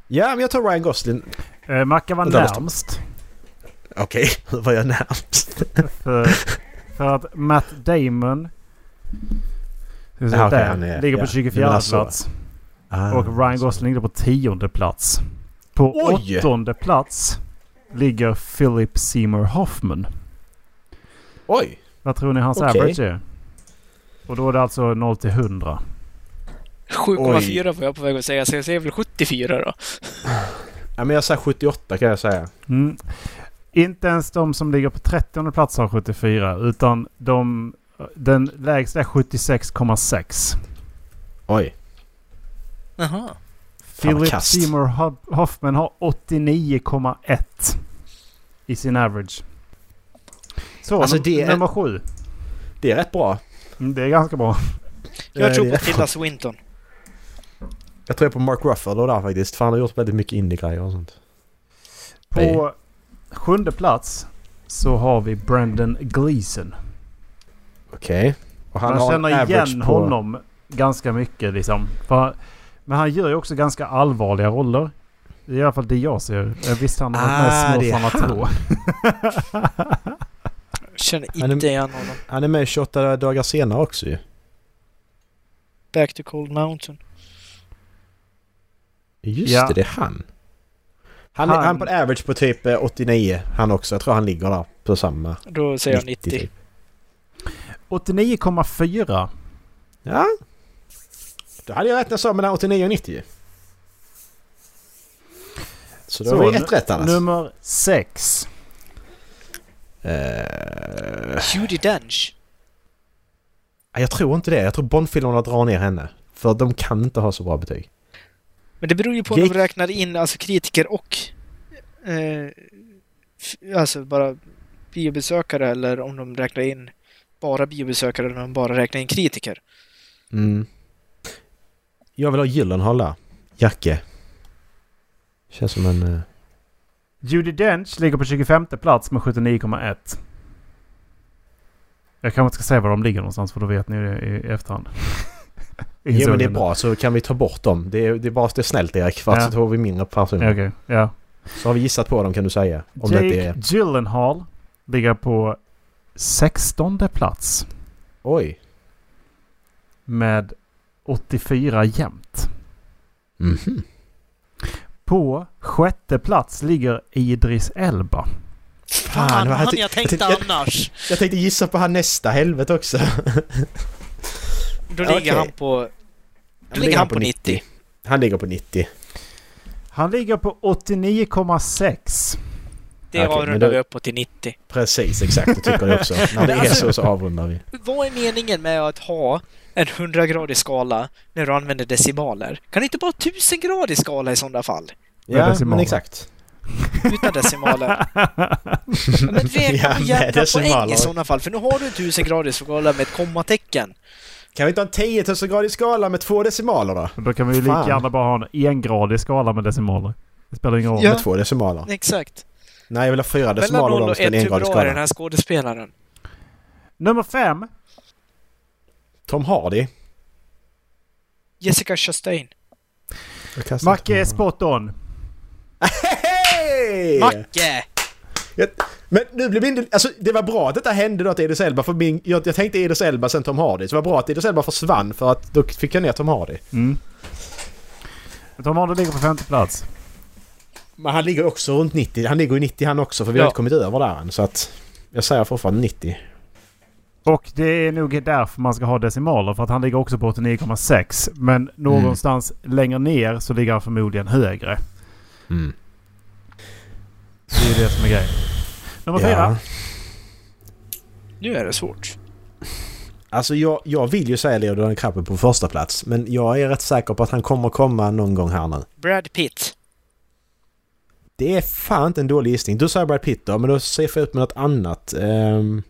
Ja, men jag tar Ryan Gosling. Eh, Macka var Vänta, vänta. närmst. Okej, okay. var jag närmst? För, för att Matt Damon... Ska vi se, Ja, okej, där, han är- ligger på ja. 24 Du menar så. plats. Ah. Och Ryan Gosling ligger på tionde plats. På Oj! åttonde plats ligger Philip Seymour Hoffman. Oj! Vad tror ni hans Okej. average är? Och då är det alltså 0 till 100. 7,4 var jag på väg att säga, så jag säger väl 74 då. Ja, men jag säger 78 kan jag säga. Mm. Inte ens de som ligger på 30 plats har 74 utan de, den lägsta är 76,6. Oj. Jaha. vad Philip kast. Seymour Ho- Hoffman har 89,1 i sin average. Så, Alltså, num- det är- nummer sju. Det är rätt bra. Mm, det är ganska bra. Eh, Jag tror det på är- Tilda Swinton. Jag tror på Mark Ruffalo där faktiskt. För han har gjort väldigt mycket indie-grejer och sånt. På sjunde plats så har vi Brendan Gleeson. Okej. Och Man en känner average igen på- honom ganska mycket liksom. För, men han gör ju också ganska allvarliga roller. I alla fall det jag ser. Eh, Visst han har varit Ah, med i det är Smurfarna 2. han. Jag Känner Men- inte igen honom. Han är med 28 dagar senare också ju. Back to Cold Mountain. Just Ja. det, det är han. Han, Han- Är, han på en average på typ eh, 89, han också. Jag tror han ligger där på samma. Då säger jag 90. typ. 89,4. Ja, Då hade jag räknat så mellan 89 och 90 ju. Så då Så, var vi nu- ett rätt annars. Nummer sex. Eh, Judi Dench. jag tror inte det. Jag tror Bondfilmerna drar ner henne. För de kan inte ha så bra betyg. Men det beror ju på om Jake- de räknar in alltså kritiker och eh, f- alltså bara biobesökare eller om de räknar in bara biobesökare eller om de bara räknar in kritiker. Mm. Jag vill ha Gyllenhaal där. Jacke. Känns som en... eh, Judi Dench ligger på 25 plats med 79,1. Jag kanske inte ska säga var de ligger någonstans för då vet ni det i, i efterhand. Jo Insåg men det är jag nu. bra så kan vi ta bort dem. Det är, det är bara det är snällt Erik för att Ja. så har vi mindre Ja, personer. Okej, ja. Så har vi gissat på dem kan du säga. Om det inte Jake är... Gyllenhaal ligger på 16 plats Oj. med 84 jämnt. Mhm. På sjätte plats ligger Idris Elba. Fan, Fan, vad jag vad ty- jag tänkte jag tyckte- annars? Jag tänkte gissa på han nästa helvete också. Då Okej. ligger han på... Då ligger han på 90. Han ligger på 90. Han ligger på 89,6. Det Okej, men avrundar då- vi uppåt till 90. Precis, exakt. Det tycker jag också. När det är Alltså- så så avrundar vi. Vad är meningen med att ha en 100-gradig skala när du använder decimaler? Kan du inte bara ha 1000-gradig skala i sådana fall? Med Ja, men decimaler. exakt. Utan decimaler. Ja, Men räkna Ja, på med jävla poäng decimaler. i sådana fall, för nu har du en 1000-gradig skala med ett kommatecken. Kan vi inte ha en 10 000-gradig skala med två decimaler då? Då kan vi ju lika Fan. gärna bara ha en engradig skala med decimaler. Det spelar ingen roll. Ja. Med två decimaler? Exakt. Nej, jag vill ha fyra Mellan decimaler 0 då och 1, istället för en hur engradig bra är den skala. här skådespelaren? Nummer fem. Tom Hardy. Jessica Chastain. Jag kastar Tom Macke är Hardy. spot on. Hej! Macke! Men nu blev min... Alltså det var bra att detta hände då att Idris Elba för min... Jag, jag tänkte Idris Elba sen Tom Hardy. Så det var bra att Idris Elba försvann för att då fick jag ner Tom Hardy. Mm. Tom Arnold ligger på femte plats. Men han ligger också runt 90. Han ligger i 90 han också för vi Ja. har inte kommit över där än. Så att... Jag säger fortfarande 90. Och det är nog därför man ska ha decimaler. För att han ligger också på 89,6. Men någonstans längre ner så ligger han förmodligen högre. Mm. Det är ju det som är grejen. Nummer fyra. Nu är det svårt. Alltså jag, jag vill ju säga Leodor Krabbe på första plats men jag är rätt säker på att han kommer komma någon gång här nu. Brad Pitt. Det är fan inte en dålig gissning. Du säger Brad Pitt då, men då ser jag ut med något annat. Um...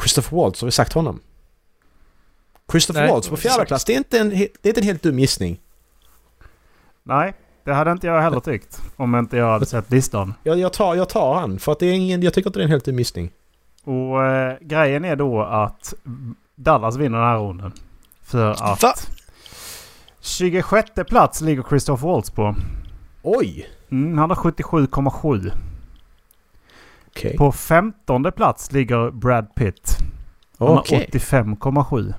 Christopher Waltz, har vi sagt honom? Christopher Nej, Waltz det på har vi fjärde inte plats, det är, inte en, he- det är inte en helt dum gissning. Nej, det hade inte jag heller tyckt. Om inte jag hade sett listan. Jag, jag, tar, jag tar han, för att det är ingen, jag tycker inte det är en helt dum gissning. Och eh, grejen är då att Dallas vinner den här ronden. För att... Va? 26 plats ligger Christoph Waltz på. Oj! Mm, han har 77,7. Okej. På 15 plats ligger Brad Pitt. Han har Okej. 85,7.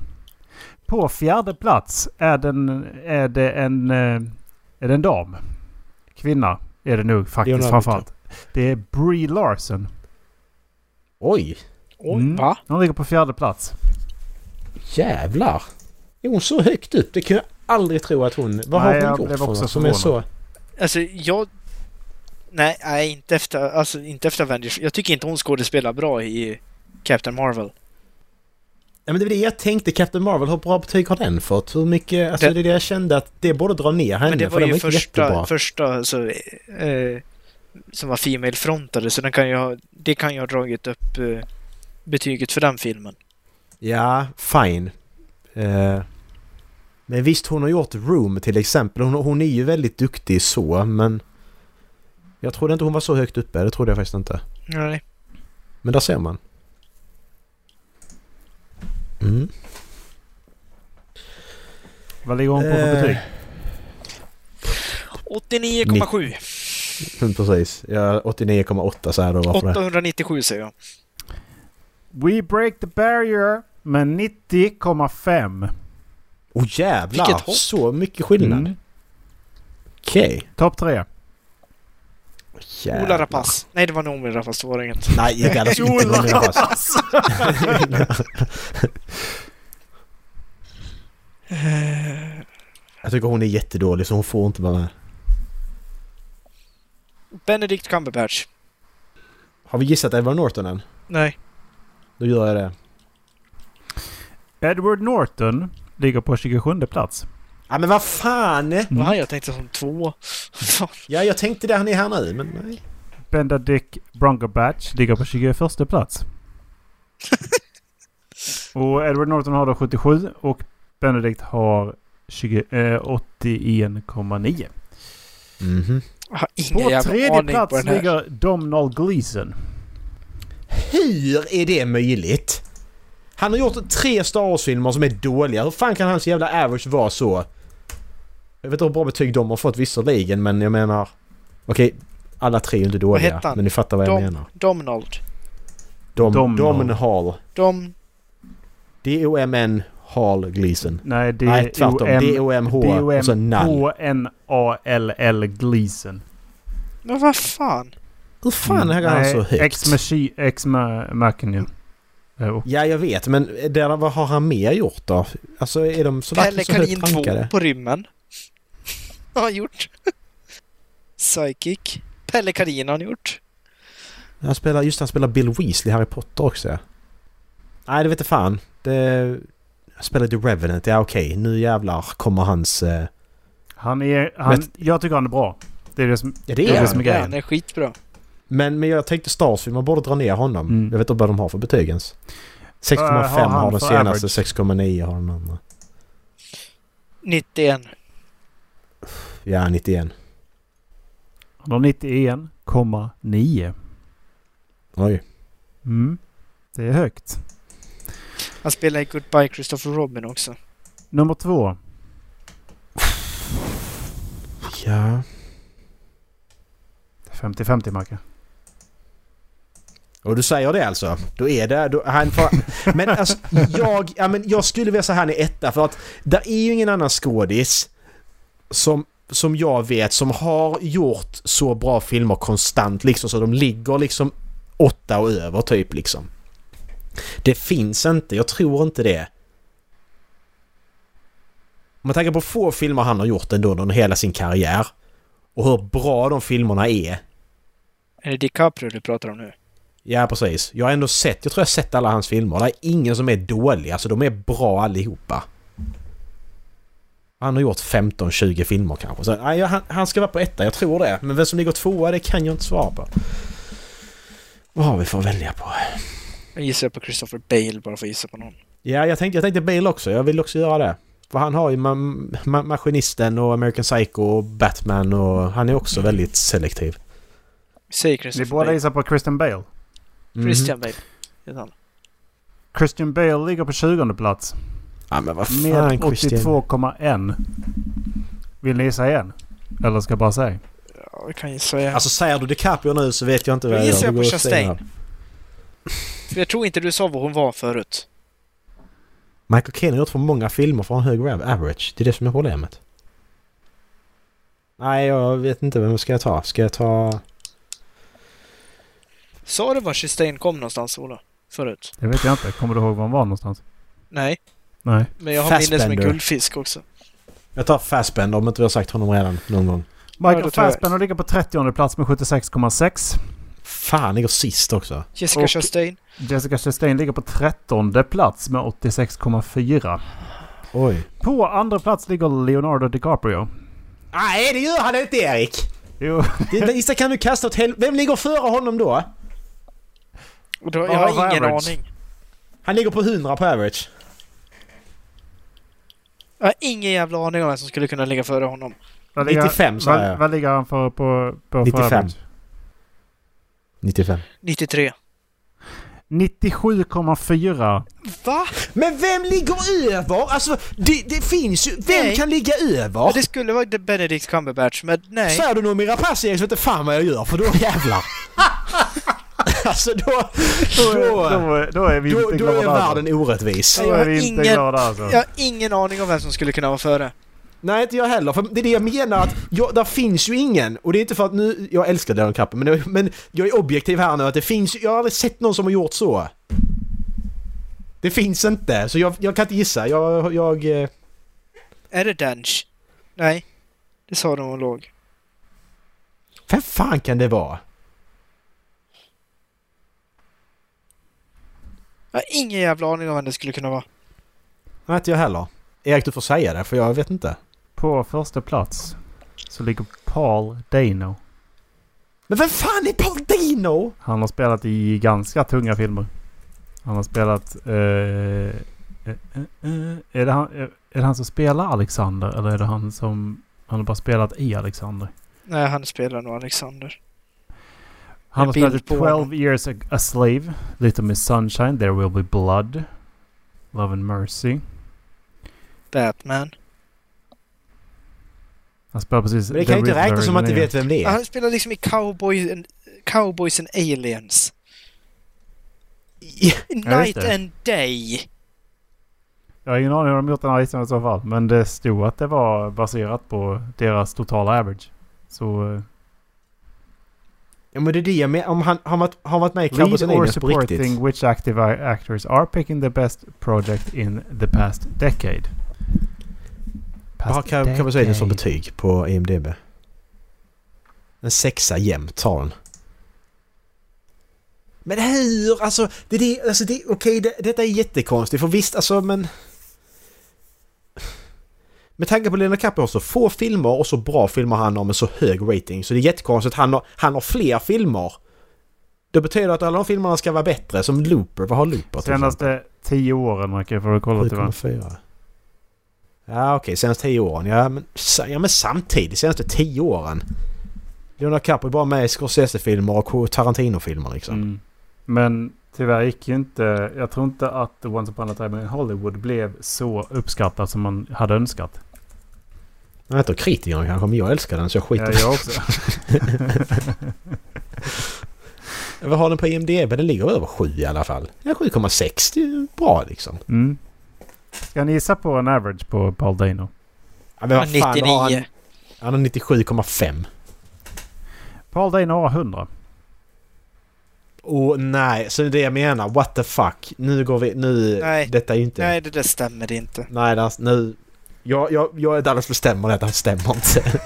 På fjärde plats är, den, är, det en, eh, är det en dam. Kvinna är det nog faktiskt Leonardo framförallt. Det är Brie Larson. Oj! Oj, Mm. va? Hon ligger på fjärde plats. Jävlar! Är hon så högt upp? Det kunde jag aldrig tro att hon... Vad Nej, har jag hon blev gjort för också något som är så... förvånad. Alltså, jag... Nej, nej inte, efter, alltså, inte efter Avengers. Jag tycker inte hon skådespelar bra i Captain Marvel. Ja, men det var det jag tänkte. Captain Marvel, hur bra betyg har den fått? Hur mycket... Alltså Den- det är det jag kände att det borde dra ner henne. Men det för var den ju var inte jättebra. första, första alltså, eh, som var Female-frontade, så den kan ju ha, det kan ju ha dragit upp eh, betyget för den filmen. Ja, fine. Eh, men visst, hon har gjort Room till exempel. Hon, hon är ju väldigt duktig så, men... Jag trodde inte hon var så högt uppe. Det trodde jag faktiskt inte. Nej. Men där ser man. Mm. Vad ligger hon på för Eh. betyg? 89,7. Precis. Ja, 89,8 så här då. Varför det? 897 säger jag. We break the barrier med 90,5. Åh oh, Vilket jävlar! hopp. Så mycket skillnad. Mm. Okej. Topp tre. Jävlar. Ola Rapace. Nej, det var Noomi Rapace, det var det inget. alltså Nej, det kallas inte Ola Rapace. Eh, Jag tycker hon är jättedålig så hon får inte vara med. Benedict Cumberbatch. Har vi gissat Edward Norton än? Nej. Då gör jag det. Edward Norton ligger på 27 plats. Ja men vad fan! Mm. Mm. jag tänkte som två. Fan. Ja jag tänkte det, han är här nu men nej. Benedict Broncobatch ligger på 21 plats. och Edward Norton har då 77 och Benedict har 20, eh, 81,9. Mhm. jag har ingen På jävla tredje aning på plats den här. ligger Domhnall Gleeson. Hur är det möjligt? Han har gjort tre Star Wars-filmer som är dåliga. Hur fan kan hans jävla average vara så? Jag vet inte hur bra betyg de har fått visserligen men jag menar... Okej, alla tre är ju inte dåliga. hette han? Men ni fattar vad jag Dom- menar. Domnold. Dom, Domnall. Domnall. Dom... D-O-M-N Hall Gleason. Nej, det Nej, är tvärtom. D-O-M-H och så Nall. D-O-M-H-N-A-L-L Gleeson. Men vad fan? Hur fan Mm. är han Nej, så högt? Ex-Machi- Ex-Machina. Eh, Och Ja, jag vet. Men där, vad har han mer gjort då? Alltså, är de så verkligen Pelle så högt Kanin 2 rankade? på rymmen. har han gjort. Psychic. Pelle Kanin har han gjort. Han spelar, just det, han spelar Bill Weasley i Harry Potter också. Nej, det vet jag fan. Det... Han spelar The Revenant. Ja, okej. Nu jävlar kommer hans... eh, Han är... Han, Men- jag tycker han är bra. Det är det som... Ja, det är är det han. som är grejen. Han är skitbra. Men, men jag tänkte Starsfield, man borde dra ner honom. Mm. Jag vet inte vad de har för betyg ens. 6,5 Vad Äh, har har, han den för senaste, average? 6,9 har den andra. 91. Ja, 91. Han har 91,9. Oj. Mm. Det är högt. Han spelar i Goodbye Christopher Robin också. Nummer två. Ja. 50-50 Macke. Och du säger det alltså? Då är det... Då, han får, men alltså, jag, ja, men jag skulle vilja säga han är etta för att där är ju ingen annan skådis som, som jag vet som har gjort så bra filmer konstant liksom så de ligger liksom åtta och över typ liksom. Det finns inte, jag tror inte det. Om man tänker på få filmer han har gjort ändå under hela sin karriär och hur bra de filmerna är Är det DiCaprio du pratar om nu? Ja, precis. Jag har ändå sett, jag tror jag har sett alla hans filmer. Det är ingen som är dålig, alltså de är bra allihopa. Han har gjort 15-20 filmer kanske. Så, nej, jag- han, han ska vara på etta, jag tror det. Men vem som ligger tvåa, det kan jag inte svara på. Vad har vi för att välja på? Jag gissar på Christopher Bale bara för att gissa på någon. Ja, jag tänkte, jag tänkte Bale också. Jag vill också göra det. För han har ju ma- ma- Maskinisten och American Psycho och Batman och han är också väldigt selektiv. Säg Ni Christopher båda Bale. gissar på Christian Bale. Mhm. Christian Bale. Heter han. Christian Bale ligger på 20 plats. Ja, men vad Med fan Christian. 82,1. Vill ni gissa igen? Eller ska jag bara säga? Ja, vi kan gissa igen. Alltså säger du DiCaprio nu så vet jag inte Då vad jag gissar jag gör. Det på går att säga. Chastain. För jag tror inte du sa vad hon var förut. Michael Caine har gjort för många filmer för en hög rev- average. Det är det som är problemet. Nej, jag vet inte. Vem ska jag ta? Ska jag ta... Sa du var Chastain kom någonstans, Ola? Förut? Det vet jag inte. Kommer du ihåg var han var någonstans? Nej, Nej. men jag har minne som en Fassbender. guldfisk också. Jag tar Fassbender om inte vi har sagt honom redan någon gång. Ja, Michael då tar jag- Fassbender ligger på 30 plats med 76,6. Fan, ligger sist också. Jessica Och- Chastain. Jessica Chastain ligger på 13 plats med 86,4. Oj. På andra plats ligger Leonardo DiCaprio. Nej, det gör han inte Erik! Jo, Det- Gissa kan du kasta åt helvete. Vem ligger före honom då? Och då, Vad jag var har ingen average? aning. Han ligger på 100 på average. Jag har ingen jävla aning om vem som skulle kunna ligga före honom. vad 95 sa vad, jag. Vad ligger han för på... på 95. för- 95. 93. 97,4. Va? Men vem ligger över? Alltså, det, det finns ju... Vem Nej. kan ligga över? Men det skulle vara The Benedict Cumberbatch, men nej. Säger du Noomi Rapace Erik så vet inte fan vad jag gör för då jävlar. alltså då... Då, Då, då, då är vi då, inte då glada. är alltså. världen orättvis. Nej. Då Jag är har vi inte ingen- glada alltså. Jag har ingen aning om vem som skulle kunna vara före. Nej inte jag heller för det är det jag menar att jag, där finns ju ingen. Och det är inte för att nu... Jag älskar Dylan Kappen men, jag- men jag är objektiv här nu att det finns Jag har aldrig sett någon som har gjort så. Det finns inte så jag, jag kan inte gissa. Jag... jag eh, Är det Dench? Nej, det sa de och låg. Vem fan kan det vara? Jag har ingen jävla aning om vem det skulle kunna vara. Nej, inte jag heller. Erik, du får säga det för jag vet inte. På första plats så ligger Paul Dano. Men vem fan är Paul Dino? Han har spelat i ganska tunga filmer. Han har spelat... eh, eh, eh, eh, är, det han, är, är det han som spelar Alexander eller är det han som... Han har bara spelat i Alexander. Nej, han spelar nog Alexander. Han En har spelat i bild på 12 honom. years a, a slave. Little Miss Sunshine, There Will Be Blood. Love and Mercy. Batman. Han spelar precis... Men The det kan ju inte Riddler räknas som i att du den vet vem det är. Han spelar liksom i Cowboys and, Cowboys and Aliens. Night det. and Day. Jag har ingen aning om de gjort den här listan i så fall. Men det stod att det var baserat på deras totala average. Så... eh, Ja men det är det jag menar. Om han har varit, har varit med i Cowboys and Lead or Aliens på riktigt. supporting which active actors are picking the best project in the past decade. Vad har Cow- Cowboys and Aliens som betyg på IMDB? En sexa jämt har den. Men hur? Alltså, det är det, alltså, det, okej, det, detta är jättekonstigt. För visst, alltså men... Med tanke på Leonard Caprio har så få filmer och så bra filmer han har med så hög rating. Så det är jättekonstigt. Han har, han har fler filmer. Det betyder att alla de filmerna ska vara bättre. Som Looper. Vad har Looper till exempel? Senaste tio åren, Macke, får du kolla tyvärr. 7,4. Ja okej, senaste 10 åren. Ja men, sa- ja men samtidigt, senaste 10 åren. Leonardo DiCaprio är bara med i Scorsese-filmer och Tarantino-filmer liksom. Mm. Men tyvärr gick ju inte... Jag tror inte att Once upon a time in Hollywood blev så uppskattat som man hade önskat. Jag vet inte, kritikerna kanske, men jag älskar den så jag Ja, skiter Eh, jag också. ja. Vad har den på IMDB? Den ligger över 7 i alla fall. Ja, 7,6. Det är ju bra liksom. Mm. Ska ni gissa på en average på Paul Dano? Ja, men vad fan har han? 99. Han har 97,5. Paul Dano har 100. Åh nej, så det är det jag menar. What the fuck. Nu går vi... Nu... Nej. Detta är ju inte... Nej, det där stämmer inte. Nej, det, nu... Jag, jag, jag är Dallas bestämmer det, det här stämmer inte.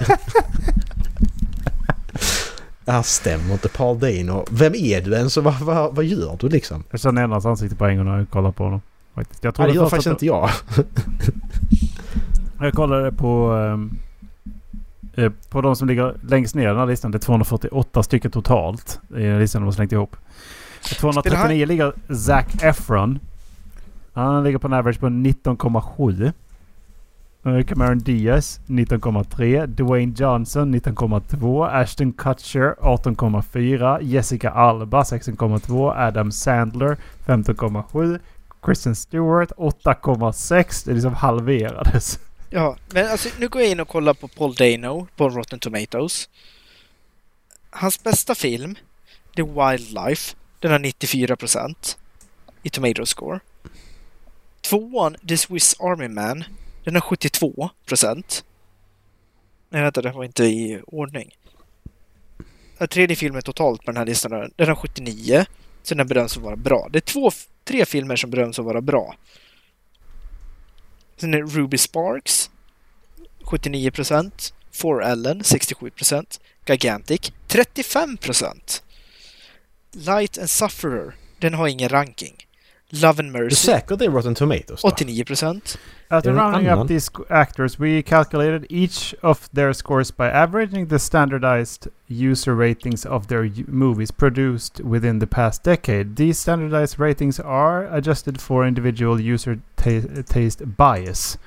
det här stämmer inte. Paul Dino. Vem är du ens och vad, vad, vad gör du liksom? Jag känner igen hans ansikte på en gång när jag kollar på honom. Faktiskt. Jag Ja, det trodde gör först faktiskt att- inte jag. Jag kollade på, ehm, eh, på de som ligger längst ner i den här listan. Det är 248 stycken totalt i den listan de har slängt ihop. På 239 ligger Zac Efron. Han ligger på en average på 19,7. Eh, Cameron Diaz 19,3. Dwayne Johnson 19,2. Ashton Kutcher 18,4. Jessica Alba 16,2. Adam Sandler 15,7. Kristen Stewart 8,6. Det liksom halverades. Ja, men alltså, nu går jag in och kollar på Paul Dano på Rotten Tomatoes. Hans bästa film, The Wildlife, den har 94 procent i Tomato Score. Tvåan, The Swiss Army Man, den har 72 procent. Nej, vänta, det var inte i ordning. Ja, Tredje filmen totalt på den här listan, har- den har 79. Så den bedöms vara bra. Det är två, tre filmer som bedöms vara bra. Sen är det Ruby Sparks 79% For Ellen 67% Gigantic 35% Light and Sufferer Den har ingen ranking Love and Du Mercy säkert det är Rotten Tomatoes då? 89% After Är det någon rounding annan? up these sc- actors, we calculated each of their scores by averaging the standardized user ratings of their u- movies produced within the past decade. These standardized ratings are adjusted for individual user ta- taste bias,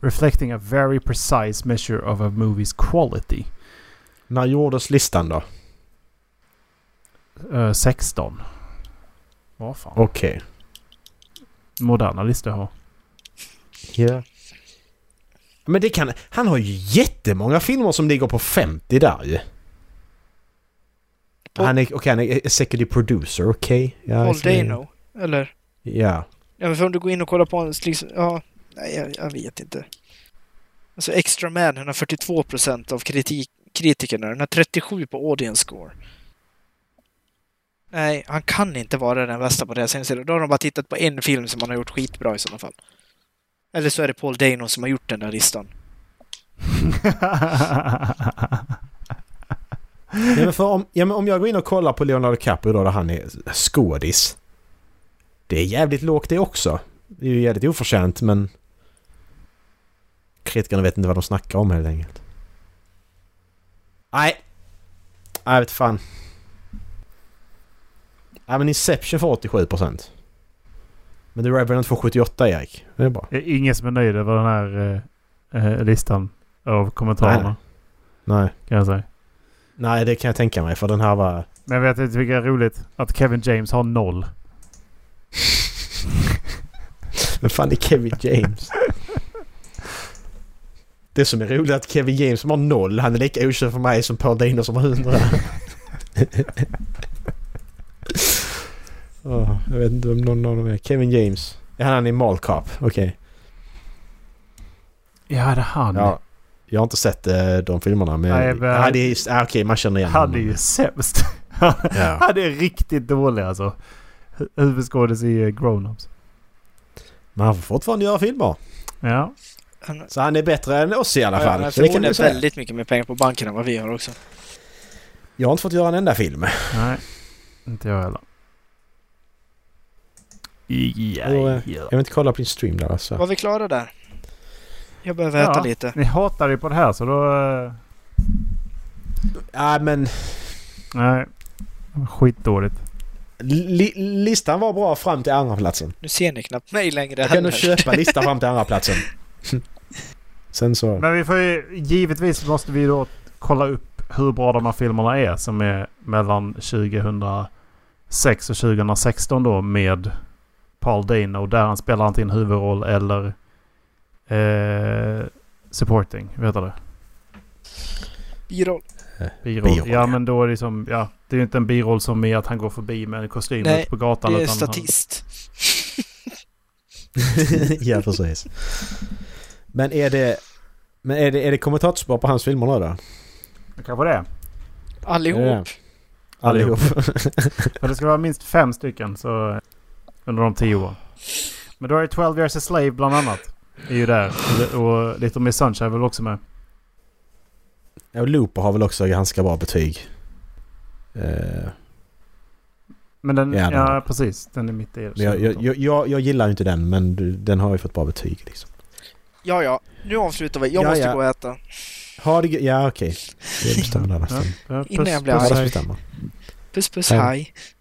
reflecting a very precise measure of a movie's quality. När gjordes listan då? Eh, 16. Vad fan? Okej. Moderna listor har. Ja. Men det kan... Han har ju jättemånga filmer som ligger på 50 där ju. Han är... Okej, han är executive producer, okej. Ja, Paul så det- Dano Eller? Ja. Ja men för om du går in och kollar på hans liksom, ja, nej jag, jag vet inte. Alltså Extra Man, den har 42% av kritik, kritikerna, den har 37 på audience score. Nej, han kan inte vara den bästa på deras hemsida. Då har de bara tittat på en film som han har gjort skitbra i sådana fall. Eller så är det Paul Dano som har gjort den där listan. Ja, men för om, ja, men om jag går in och kollar på Leonardo DiCaprio då, där han är skådis. Det är jävligt lågt det också. Det är ju jävligt oförtjänt men... Kritikerna vet inte vad de snackar om helt enkelt. Nej. Nej, jag vet fan. Nej men Inception får 87%. Men The Revenant får 78 Erik. Det är bra. Det är ingen som är nöjd över den här eh, eh, listan av kommentarerna. Nej. Nej. Kan jag säga. Nej det kan jag tänka mig för den här var... Men jag vet inte vilket är roligt? Att Kevin James har noll. Men fan det är Kevin James. Det som är roligt är att Kevin James som har noll, han är lika okänd för mig som Paul Dano som har hundra. Åh, jag vet inte om någon av dem är. Kevin James. Ja, han är Mall Cop. Okej. Ja, det är han. Ja, jag har inte sett eh, de filmerna men... Nej, men- Ja, det är, ah, okej, man känner igen Han är honom. ju sämst. Han Ja. han är riktigt dålig alltså. Hu- Huvudskådis i eh, Grown-Ups. Men han får fortfarande göra filmer. Ja. Han, Så han är bättre än oss i alla fall. han Så det kan förmodligen jag, säga. väldigt mycket mer pengar på banken än vad vi har också. jag har inte fått göra en enda film. Nej. Inte jag heller. Och, Ja, eh, Jag vill inte kolla på din stream där alltså. Var vi klara där? Jag behöver äta Ja. lite. Ni hatar ju på det här så då... eh, Ja, men Nej. Skitdåligt. li listan var bra fram till andra platsen. Nu ser ni knappt mig längre Jag kan heller. nog köpa listan fram till andra platsen. Sen så... Men vi får ju... Givetvis måste vi då kolla upp hur bra de här filmerna är som är mellan 2006 och 2016 då med Paul Dano där han spelar antingen huvudroll eller eh, supporting. Vad heter det? Biroll. Biroll. Ja Biroll, ja. men då är det som... Ja, det är ju inte en biroll som är att han går förbi med en kostym Nej, ute på gatan. Det är utan han- statist. ja, precis. Men är det... Men är det, är det kommentatorspår på hans filmer nu då? Kanske det. Allihop. Ja. Allihop. Men det ska vara minst fem stycken så under de tio åren. Men då är det 12 years a slave bland annat. Är ju där. Och Little Miss Sunshine är väl också med. Ja, och Looper har väl också ganska bra betyg. Eh, Men den, Ja, ja, den har- precis. Den är mitt i. men jag, jag, jag- jag, jag gillar ju inte den men du- den har ju fått bra betyg liksom. Ja, ja. Nu avslutar vi. Jag Ja, måste ja. gå och äta. Har det... Ja, okej. Det bestämmer alla. Ja, ja, Innan puss- jag blir puss- Alla arg. bestämmer. Puss, puss, Ja. hej.